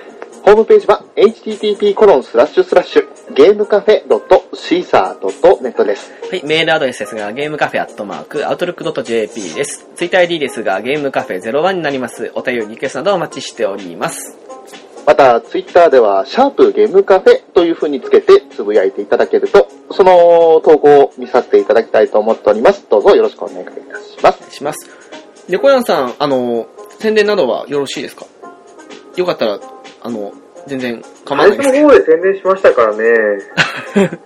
B: ホームページは http コロンスラッシュスラッシュゲームカフェ .caesar.net です。
A: はい、メールアドレスですが、ゲームカフェアットマーク、アウトルック .jp です。ツイッター ID ですが、ゲームカフェ01になります。お便り、リクエストなどお待ちしております。
B: また、ツイッターでは、シャープゲームカフェという風につけてつぶやいていただけると、その投稿を見させていただきたいと思っております。どうぞよろしくお願いいたします
A: お。願いします。で、小山さん、あの、宣伝などはよろしいですかよかったら、あの、全然構わ
C: 最
A: ないです。
C: 初の方で宣伝しましたからね。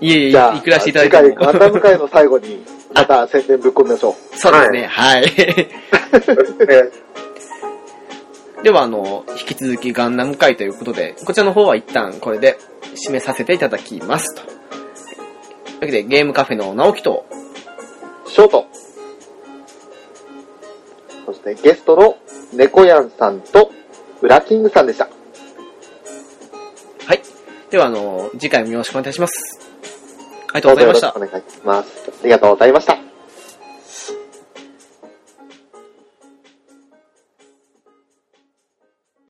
A: いえいえ、
B: じゃあ、
A: いくらしていただいて
B: 次回、ガンダム
A: も。
B: 会の最後に、また宣伝ぶっ込みましょう。
A: そうですね、はい。
C: ね
A: では、あの、引き続きガンダム会ということで、こちらの方は一旦これで締めさせていただきますと。というわけで、ゲームカフェの直樹と、
B: ショート。そしてゲストの猫やんさんと、ウラキングさんでした。
A: はい。では、あの、次回もよろしくお願いいたします。ありがとうございました
B: ど。うぞよろしくお願いします。ありがとうございました。